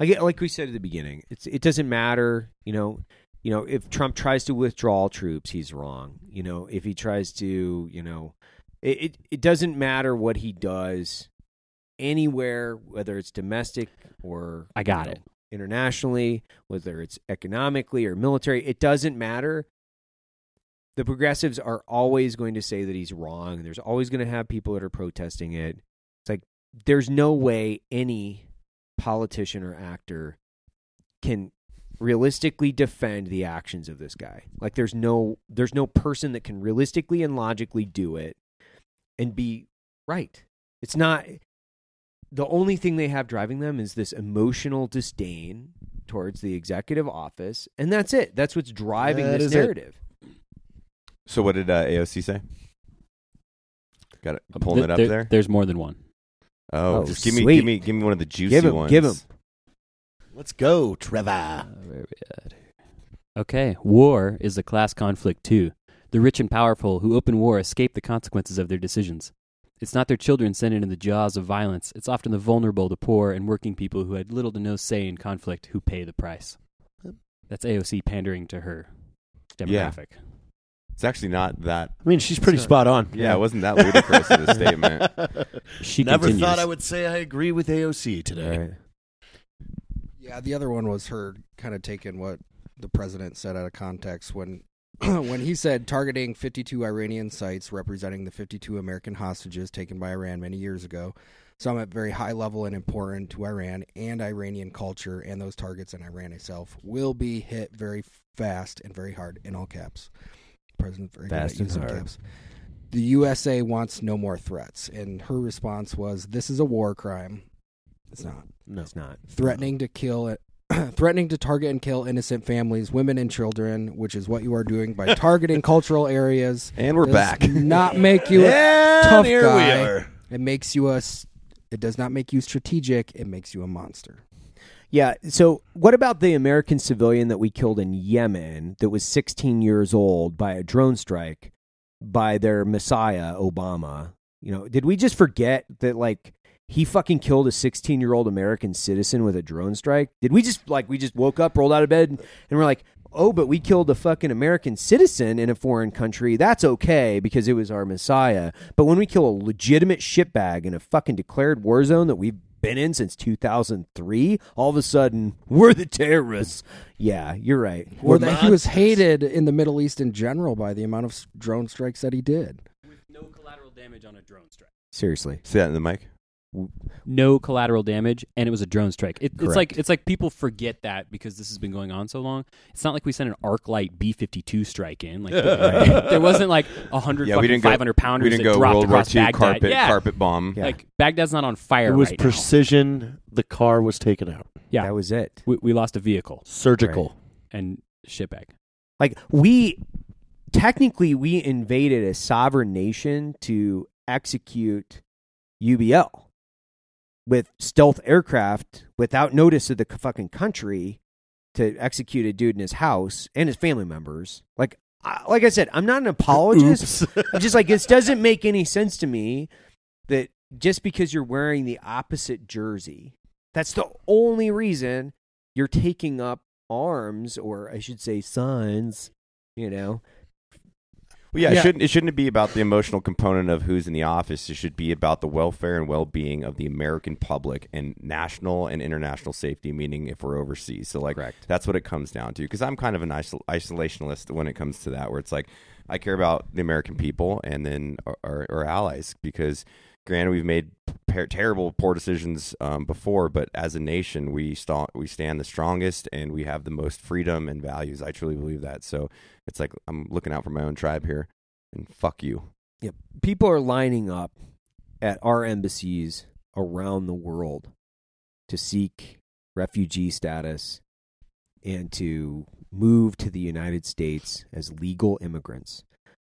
S4: I get, like we said at the beginning, it's it doesn't matter, you know. You know, if Trump tries to withdraw troops, he's wrong. You know, if he tries to, you know, it it, it doesn't matter what he does anywhere, whether it's domestic or
S7: I got
S4: you
S7: it.
S4: know, internationally, whether it's economically or military, it doesn't matter. The progressives are always going to say that he's wrong. There's always going to have people that are protesting it. It's like there's no way any politician or actor can realistically defend the actions of this guy. Like there's no there's no person that can realistically and logically do it and be right. It's not the only thing they have driving them is this emotional disdain towards the executive office and that's it. That's what's driving
S6: That
S4: this
S6: is it.
S4: narrative.
S3: So what did uh, AOC say? Got it. Pulling
S7: Uh, Th-
S3: it up
S7: there-
S3: there.
S7: There's more than one.
S3: Oh,
S4: Oh,
S3: just give me,
S4: sweet.
S3: give me, give me one of the juicy
S4: Give 'em-
S3: ones.
S4: give 'em.
S6: Let's go, Trevor.
S7: Oh, Okay, war is a class conflict too. The rich and powerful who open war escape the consequences of their decisions. It's not their children sent into the jaws of violence, it's often the vulnerable, the poor, and working people who had little to no say in conflict who pay the price. That's AOC pandering to her demographic.
S3: It's actually not that.
S6: I mean, she's pretty
S4: Sure.
S6: spot on.
S3: Yeah, it wasn't that ludicrous of a statement.
S7: She
S6: Never
S7: continues.
S6: thought I would say I agree with AOC today.
S5: Yeah, the other one was her kind of taking what the president said out of context when when he said targeting 52 Iranian sites representing the 52 American hostages taken by Iran many years ago. Some at very high level and important to Iran and Iranian culture, and those targets in Iran itself will be hit very fast and very hard in all caps. President very good at
S4: Fast and
S5: using
S4: hard.
S5: caps. The USA wants no more threats, and her response was, "This is a war crime. It's not."
S6: No.
S4: It's not.
S5: threatening to kill threatening to target and kill innocent families, women and children, which is what you are doing by targeting cultural areas.
S3: And we're
S5: does
S3: back.
S5: Not make you
S6: And
S5: a tough
S6: here
S5: guy.
S6: we are.
S5: It makes you a s- it does not make you strategic, it makes you a monster.
S4: Yeah. So, what about the American civilian that we killed in Yemen that was 16 years old by a drone strike by their messiah, Obama? You know, did we just forget that, like, he fucking killed a 16 year old American citizen with a drone strike? Did we just, like, we just woke up, rolled out of bed, and we're like, oh, but we killed a fucking American citizen in a foreign country. That's okay because it was our messiah. But when we kill a legitimate shitbag in a fucking declared war zone that we've been in since 2003, all of a sudden, we're the terrorists. Yeah, you're right.
S5: Or that he was hated in the Middle East in general by the amount of s- drone strikes that he did.
S7: No collateral damage on a drone strike.
S4: Seriously.
S3: See that in the mic?
S7: No collateral damage, and it was a drone strike. It, it's like
S3: Correct.
S7: it's like people forget that because this has been going on so long. It's not like we sent an arc light B fifty two strike in. Like there wasn't like a hundred
S3: Yeah, we
S7: fucking
S3: didn't go
S7: five hundred pounders
S3: We didn't
S7: that
S3: go
S7: dropped
S3: World War
S7: across
S3: II
S7: Baghdad.
S3: carpet
S7: yeah,
S3: carpet bomb.
S4: Yeah.
S7: like Baghdad's not on fire.
S6: It was
S7: right now.
S6: precision. The car was taken out.
S7: Yeah.
S4: That was it.
S7: We, we lost a vehicle
S6: Surgical.
S7: and shitbag.
S4: Like, we technically we invaded a sovereign nation to execute UBL with stealth aircraft without notice of the c- fucking country to execute a dude in his house and his family members. Like, I, like I said, I'm not an apologist. I'm just like this doesn't make any sense to me that just because you're wearing the opposite jersey, that's the only reason you're taking up arms or I should say signs. You know,
S3: Well, yeah,
S5: Yeah.
S3: It, shouldn't, it shouldn't be about the emotional component of who's in the office. It should be about the welfare and well being of the American public and national and international safety, meaning if we're overseas. So, like, that's what it comes down to. Because I'm kind of an isol- isolationist when it comes to that, where it's like I care about the American people and then our, our, our allies because. Granted, we've made par- terrible, poor decisions um, before, but as a nation, we sta- we stand the strongest, and we have the most freedom and values. I truly believe that. So it's like I'm looking out for my own tribe here, and fuck you.
S4: people are lining up at our embassies around the world to seek refugee status and to move to the United States as legal immigrants.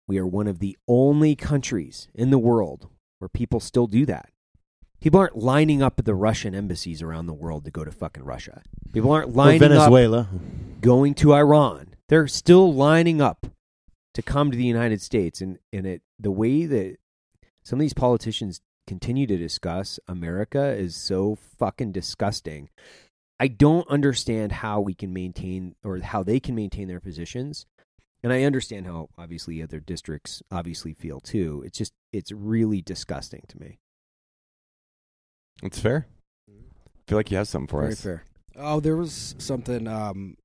S4: We are one of the only countries in the world where people still do that. People aren't lining up at the Russian embassies around the world to go to fucking Russia. People aren't
S6: Or
S4: lining up
S6: Venezuela.
S4: going to Iran. They're still lining up to come to the United States, and and it the way that some of these politicians continue to discuss America is so fucking disgusting. I don't understand how we can maintain or how they can maintain their positions. And I understand how obviously other districts obviously feel too. It's just it's really disgusting to me.
S3: It's fair. I feel like you have something for
S5: Very
S3: us.
S5: fair. Oh, there was something um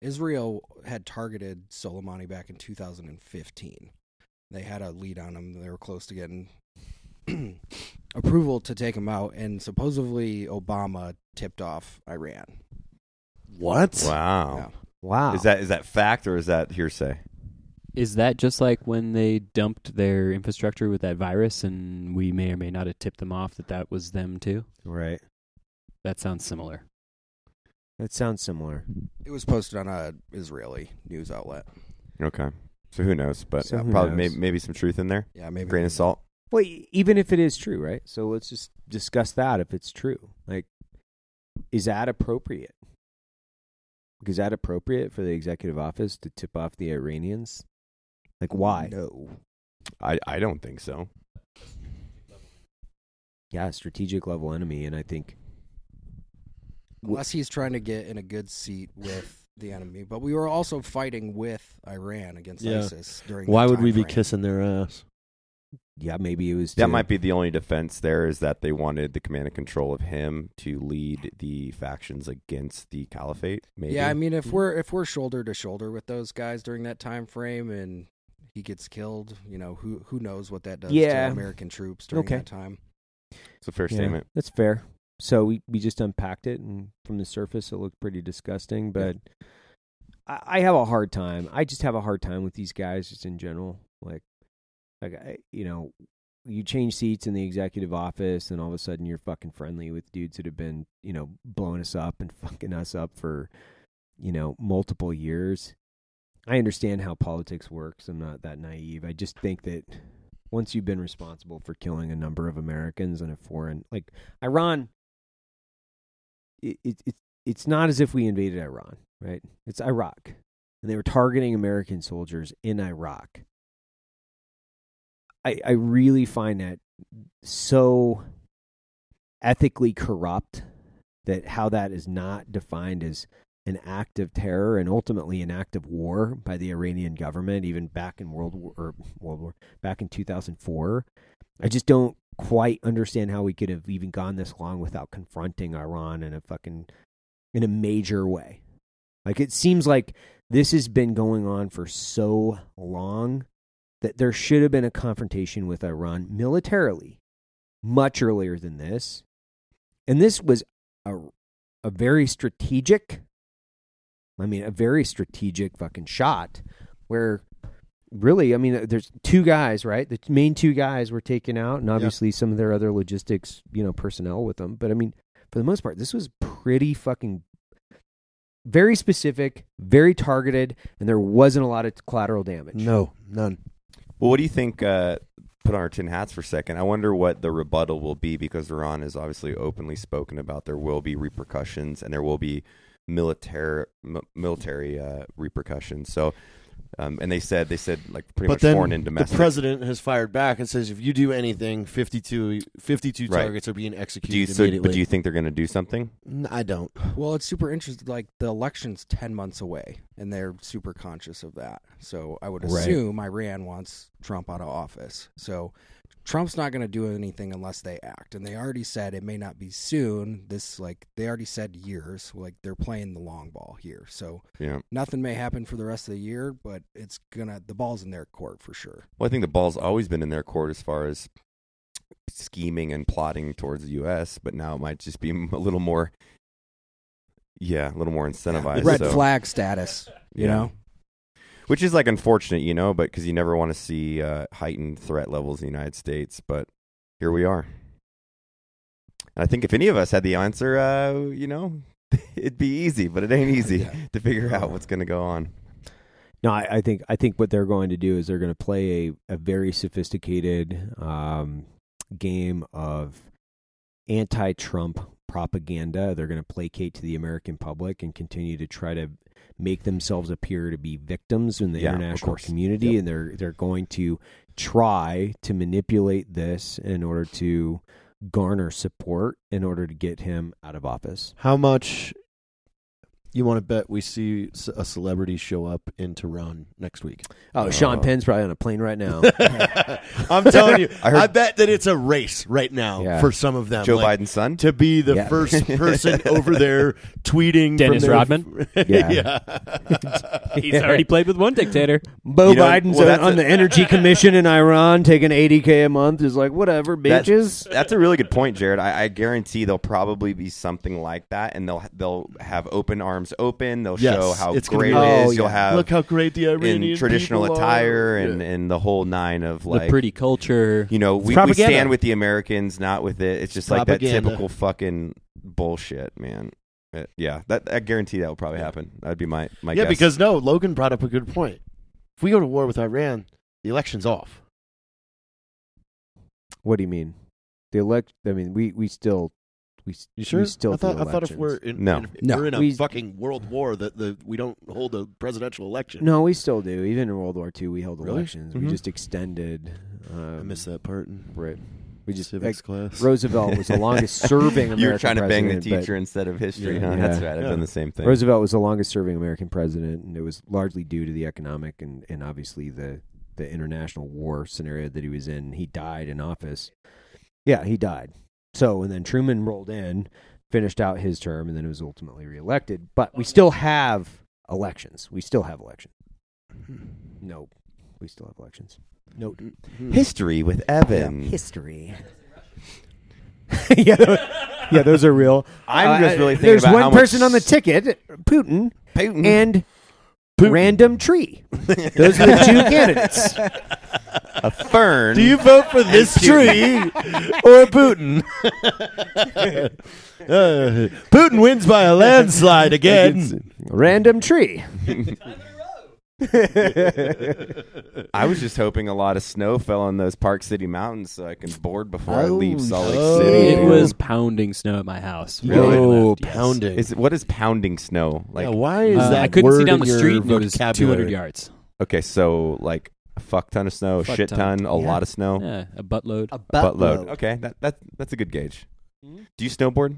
S5: Israel had targeted Soleimani back in 2015. They had a lead on him. They were close to getting approval to take him out, and supposedly Obama tipped off Iran.
S6: What?
S3: Wow.
S4: Wow.
S3: Is that is that fact or is that hearsay?
S7: Is that just like when they dumped their infrastructure with that virus and we may or may not have tipped them off that that was them too?
S4: right?
S7: That sounds similar.
S4: That sounds similar.
S5: It was posted on a Israeli news outlet.
S3: Okay. So who knows? But
S4: So
S3: uh,
S4: who
S3: probably
S4: knows?
S3: Maybe, maybe some truth in there.
S5: Yeah, maybe
S3: Grain of salt.
S4: Well, e- even if it is true, right? So let's just discuss that if it's true. Like, is that appropriate? Like, Is that appropriate for the executive office to tip off the Iranians? Like, why?
S5: No.
S3: I, I don't think so.
S4: Yeah, strategic level enemy. And I think,
S5: Unless he's trying to get in a good seat with the enemy. But we were also fighting with Iran against
S6: Yeah.
S5: ISIS during.
S6: Why
S5: that
S6: would we
S5: time
S6: be
S5: frame.
S6: kissing their ass?
S4: yeah, maybe it was.
S3: That
S4: to-
S3: might be the only defense there is that they wanted the command and control of him to lead the factions against the caliphate. Maybe.
S5: Yeah, I mean,
S4: Hmm.
S5: if we're if we're shoulder to shoulder with those guys during that time frame, and he gets killed, you know, who who knows what that does
S4: Yeah.
S5: to American troops during
S4: Okay.
S5: that time?
S3: it's a fair
S4: Yeah,
S3: statement.
S4: That's fair. So we, we just unpacked it, and from the surface, it looked pretty disgusting. But I, I have a hard time. I just have a hard time with these guys, just in general. Like, like I, you know, you change seats in the executive office, and all of a sudden, you're fucking friendly with dudes that have been, you know, blowing us up and fucking us up for, you know, multiple years. I understand how politics works. I'm not that naive. I just think that once you've been responsible for killing a number of Americans in a foreign, like Iran, it, it, it it's not as if we invaded Iran, right? It's Iraq, and they were targeting American soldiers in Iraq. I I really find that so ethically corrupt that how that is not defined as an act of terror and ultimately an act of war by the Iranian government, even back in World War or World War back in 2004. I just don't quite understand how we could have even gone this long without confronting Iran in a fucking in a major way. Like it seems like this has been going on for so long that there should have been a confrontation with Iran militarily much earlier than this. And this was a a very strategic I mean a very strategic fucking shot where really, I mean, there's two guys, right? The main two guys were taken out, and obviously some of their other logistics, you know, personnel with them. But I mean, for the most part, this was pretty fucking very specific, very targeted, and there wasn't a lot of collateral damage.
S6: No, none.
S3: Well, what do you think? Uh, put on our tin hats for a second. I wonder what the rebuttal will be because Iran has obviously openly spoken about there will be repercussions and there will be military m- military uh, repercussions. So, um, and they said they said like pretty much
S6: but then
S3: foreign and
S6: the
S3: domestic.
S6: president has fired back and says if you do anything, 52, 52
S3: Right.
S6: targets are being executed
S3: do you so,
S6: immediately.
S3: but do you think they're going to do something?
S6: N- I don't.
S5: Well, it's super interesting. Like the election's ten months away, and they're super conscious of that. So I would
S4: Right.
S5: assume Iran wants Trump out of office. So Trump's not going to do anything unless they act, and they already said it may not be soon. This like they already said years. Like they're playing the long ball here. So
S3: Yeah.
S5: nothing may happen for the rest of the year, but it's gonna the ball's in their court for sure.
S3: Well, I think the ball's always been in their court as far as scheming and plotting towards the U.S., but now it might just be a little more, yeah, a little more incentivized.
S5: Red
S3: so,
S5: flag status, you
S3: yeah.
S5: know.
S3: which is like unfortunate, you know, but because you never want to see uh, heightened threat levels in the United States. But here we are. And I think if any of us had the answer, uh, you know, it'd be easy, but it ain't easy
S5: Yeah.
S3: to figure out what's going to go on.
S4: No, I, I think I think what they're going to do is they're going to play a, a very sophisticated um, game of anti-Trump propaganda. They're going to placate to the American public and continue to try to make themselves appear to be victims in the
S3: Yeah, of
S4: international
S3: course.
S4: community,
S3: Yep.
S4: and they're they're going to try to manipulate this in order to garner support in order to get him out of office.
S6: How much you want to bet we see c- a celebrity show up in Tehran next week?
S4: Oh,
S3: Oh.
S4: Sean Penn's probably on a plane right now.
S6: I'm telling you,
S3: I
S6: I,
S3: heard-
S6: bet that it's a race right now
S4: Yeah.
S6: for some of them.
S3: Joe
S6: like,
S3: Biden's son?
S6: to be the
S4: Yeah.
S6: first person over there tweeting. from
S7: Dennis
S6: their-
S7: Rodman?
S4: Yeah.
S7: He's already played with one dictator.
S4: Bo
S3: You know,
S4: Biden's
S3: well,
S4: on,
S3: that's
S4: on
S3: a-
S4: the Energy Commission in Iran taking 80K a month is like, whatever,
S3: That-
S4: bitches.
S3: That's a really good point, Jared. I, I guarantee there'll probably be something like that, and they'll they'll have open arms open. They'll
S6: Yes,
S3: show how
S6: it's gonna
S3: great
S6: be-
S3: it is.
S4: Oh,
S3: You'll
S4: yeah.
S3: have
S6: Look how great the Iranian
S3: in traditional
S6: people are.
S3: attire and,
S6: Yeah.
S3: and the whole nine of
S7: the
S3: like
S7: pretty culture.
S3: you know we, we
S6: propaganda.
S3: stand with the Americans, not with it. It's just like that
S6: Propaganda.
S3: typical fucking bullshit, man. Uh, yeah, that I guarantee that will probably happen. That'd be my my
S6: yeah,
S3: guess.
S6: because no, Logan brought up a good point. If we go to war with Iran, the election's off.
S4: What do you mean? The elect. I mean, we we still we s-
S6: You sure?
S4: we still
S6: I thought
S4: do
S6: I thought if we're
S4: elections.
S6: in,
S3: No.
S6: in- if
S5: No.
S6: we're in a
S4: We-
S6: fucking world war that the we don't hold a presidential election.
S4: no, we still do. Even in World War II, we held
S6: Really?
S4: elections.
S6: Mhm.
S4: We just extended. Um,
S6: I missed that part. in
S4: Right. We just
S6: civics class.
S4: Roosevelt was the longest serving. American
S3: you were trying to bang the
S4: president, but-
S3: teacher instead of history,
S6: Yeah.
S3: huh?
S4: Yeah.
S3: That's right. I've
S6: Yeah.
S3: done the same thing.
S4: Roosevelt was the longest serving American president, and it was largely due to the economic and, and obviously the, the international war scenario that he was in. He died in office. Yeah, he died. So, and then Truman rolled in, finished out his term, and then was ultimately reelected. But we still have elections. We still have elections. No, we still have elections. Note
S3: Hmm. History with Evan.
S4: history. yeah, those, yeah, those are real. Uh,
S3: I'm just really thinking
S4: there's
S3: about
S4: one
S3: how much
S4: person on the ticket, Putin,
S3: Putin.
S4: and random tree. Those are the two candidates.
S3: a fern.
S6: Do you vote for this tree or Putin? Uh, Putin wins by a landslide again.
S4: Random tree.
S3: I was just hoping a lot of snow fell on those Park City mountains so I can board before I
S4: Oh,
S3: leave Salt Lake
S6: no.
S3: City.
S7: It
S3: dude.
S7: was pounding snow at my house. when I
S3: Really?
S6: Oh,
S7: left, yes.
S6: pounding!
S3: Is what is pounding snow like?
S6: yeah, why is
S7: Uh,
S6: that?
S7: I couldn't
S6: word
S7: see down
S6: in
S7: the
S6: your
S7: street. and It was two hundred
S6: vocabulary?
S7: yards.
S3: Okay, so like a fuck ton of sno
S7: Fuck
S3: shit ton,
S7: ton.
S3: a
S7: Yeah.
S3: lot of
S6: Oh.
S3: snow,
S7: Yeah, a buttload
S3: buttload. Okay, that, that that's a good gauge. Do you snowboard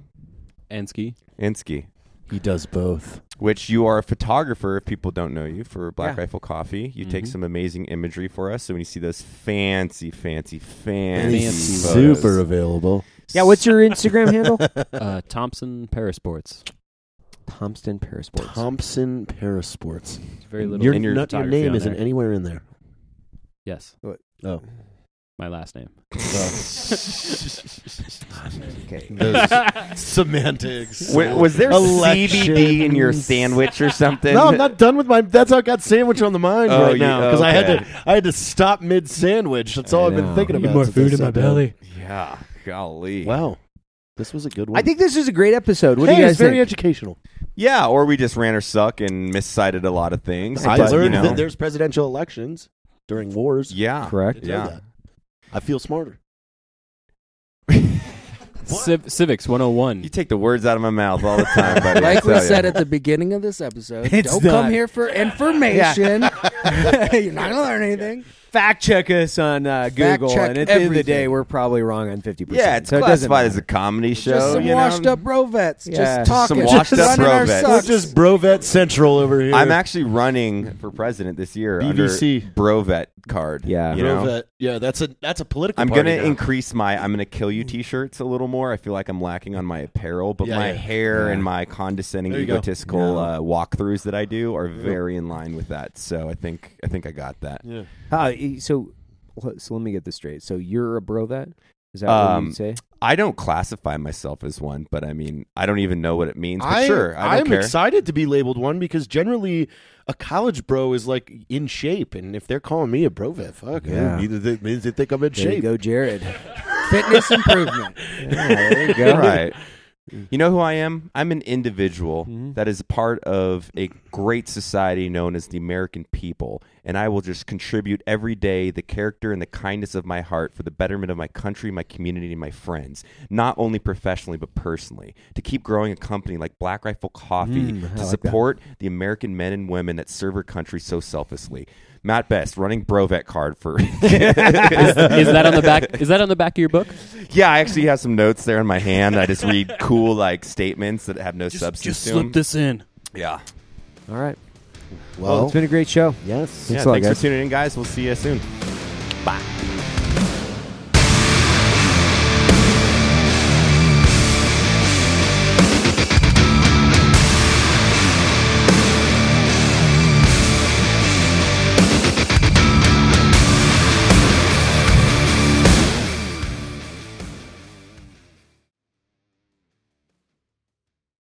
S7: and ski.
S3: and ski?
S6: He does both.
S3: Which you are a photographer. If people don't know you for Black Rifle Coffee, you take
S7: Mhm.
S3: some amazing imagery for us. So when you see those fancy, fancy,
S7: And
S3: fancy,
S7: he's
S3: photos-
S6: super available.
S4: Yeah, what's your Instagram handle?
S7: Uh, Thompson Parasports.
S4: Thompson Parasports.
S6: Thompson Parasports.
S7: Very little.
S6: Your,
S3: And your
S6: not, your
S7: photography
S6: name
S7: on
S6: isn't
S7: there.
S6: anywhere in there.
S7: Yes,
S6: Oh,
S7: my last name.
S6: semantics.
S3: Wa- was there CBD in your
S6: Elections.
S3: sandwich or something?
S6: No, I'm not done with my. That's how I got sandwich on the mind
S3: Oh,
S6: right
S3: you-
S6: now
S3: oh,
S6: because I had
S3: okay.
S6: to. I had to stop mid sandwich. That's all
S4: I
S6: I've been
S4: know.
S6: thinking
S4: Need
S6: about. since I sat down.
S3: Yeah, golly.
S6: Wow, this was a good one.
S4: I think this is a great episode. What
S6: hey,
S4: do you guys
S6: it's very
S4: think?
S6: educational.
S3: Yeah, or we just ran or suck and miscited a lot of things.
S6: I
S3: but,
S6: learned
S3: you know,
S6: that there's presidential elections during wars.
S3: Yeah,
S4: Correct.
S6: Didn't know
S3: Yeah.
S6: that. I feel smarter.
S7: Civ- Civics 101.
S3: Mm. You take the words out of my mouth all the time, buddy. I
S5: Like we
S3: tell ya.
S5: said at the beginning of this episode,
S4: It's
S5: don't
S4: not.
S5: come here for information. You're not gonna learn anything.
S4: Fact check us on uh, Google,
S5: check
S4: and at the end of the
S5: everything.
S4: day, we're probably wrong on fifty percent.
S3: yeah, it's
S4: so it doesn't
S3: classified as
S4: matter.
S3: a comedy show.
S5: Just some
S3: you know?
S5: washed up bro vets.
S4: Yeah.
S5: Just talking.
S3: Some washed up
S5: running our
S3: bro vets.
S5: sucks.
S6: Just Brovet Central over here.
S3: I'm actually running for president this year
S6: BBC.
S3: under Brovet card.
S4: Yeah.
S3: you know?
S6: Brovet. Yeah, that's a that's a political.
S3: I'm
S6: party
S3: gonna
S6: now.
S3: increase my I'm gonna kill you t-shirts a little more. I feel like I'm lacking on my apparel, but
S6: Yeah,
S3: my
S6: yeah.
S3: hair and my condescending,
S6: There you go.
S3: egotistical uh, walkthroughs that I do are very in line with that. So I think I think I got that.
S6: Yeah.
S4: Uh, y- so, l- so let me get this straight. So you're a bro vet? Is that what
S3: Um,
S4: you say?
S3: I don't classify myself as one, but I mean I don't even know what it means. But sure, I
S6: am
S3: don't care.
S6: excited to be labeled one because generally a college bro is like in shape, and if they're calling me a brovet, fuck,
S4: Yeah.
S6: it means that- means they think I'm in
S4: There you
S6: shape.
S4: go, Jared.
S5: Fitness improvement.
S4: there you
S3: All
S4: go.
S3: right. You know who I am? I'm an individual
S4: Mm-hmm.
S3: that is part of a great society known as the American people, and I will just contribute every day the character and the kindness of my heart for the betterment of my country, my community, and my friends, not only professionally but personally. To keep growing a company like Black Rifle Coffee,
S4: Mm, I
S3: to
S4: like that.
S3: support the American men and women that serve our country so selflessly. Matt Best running Brovet card for
S7: is that on the back? Is that on the back of your book?
S3: Yeah, I actually have some notes there in my hand. I just read cool like statements that have no substance to them.
S7: this in.
S3: yeah.
S4: All right.
S6: Well,
S4: It's been a great show.
S6: yes.
S3: yeah
S4: a lot,
S3: thanks
S4: guys.
S3: for tuning in, guys. We'll see you soon. Bye.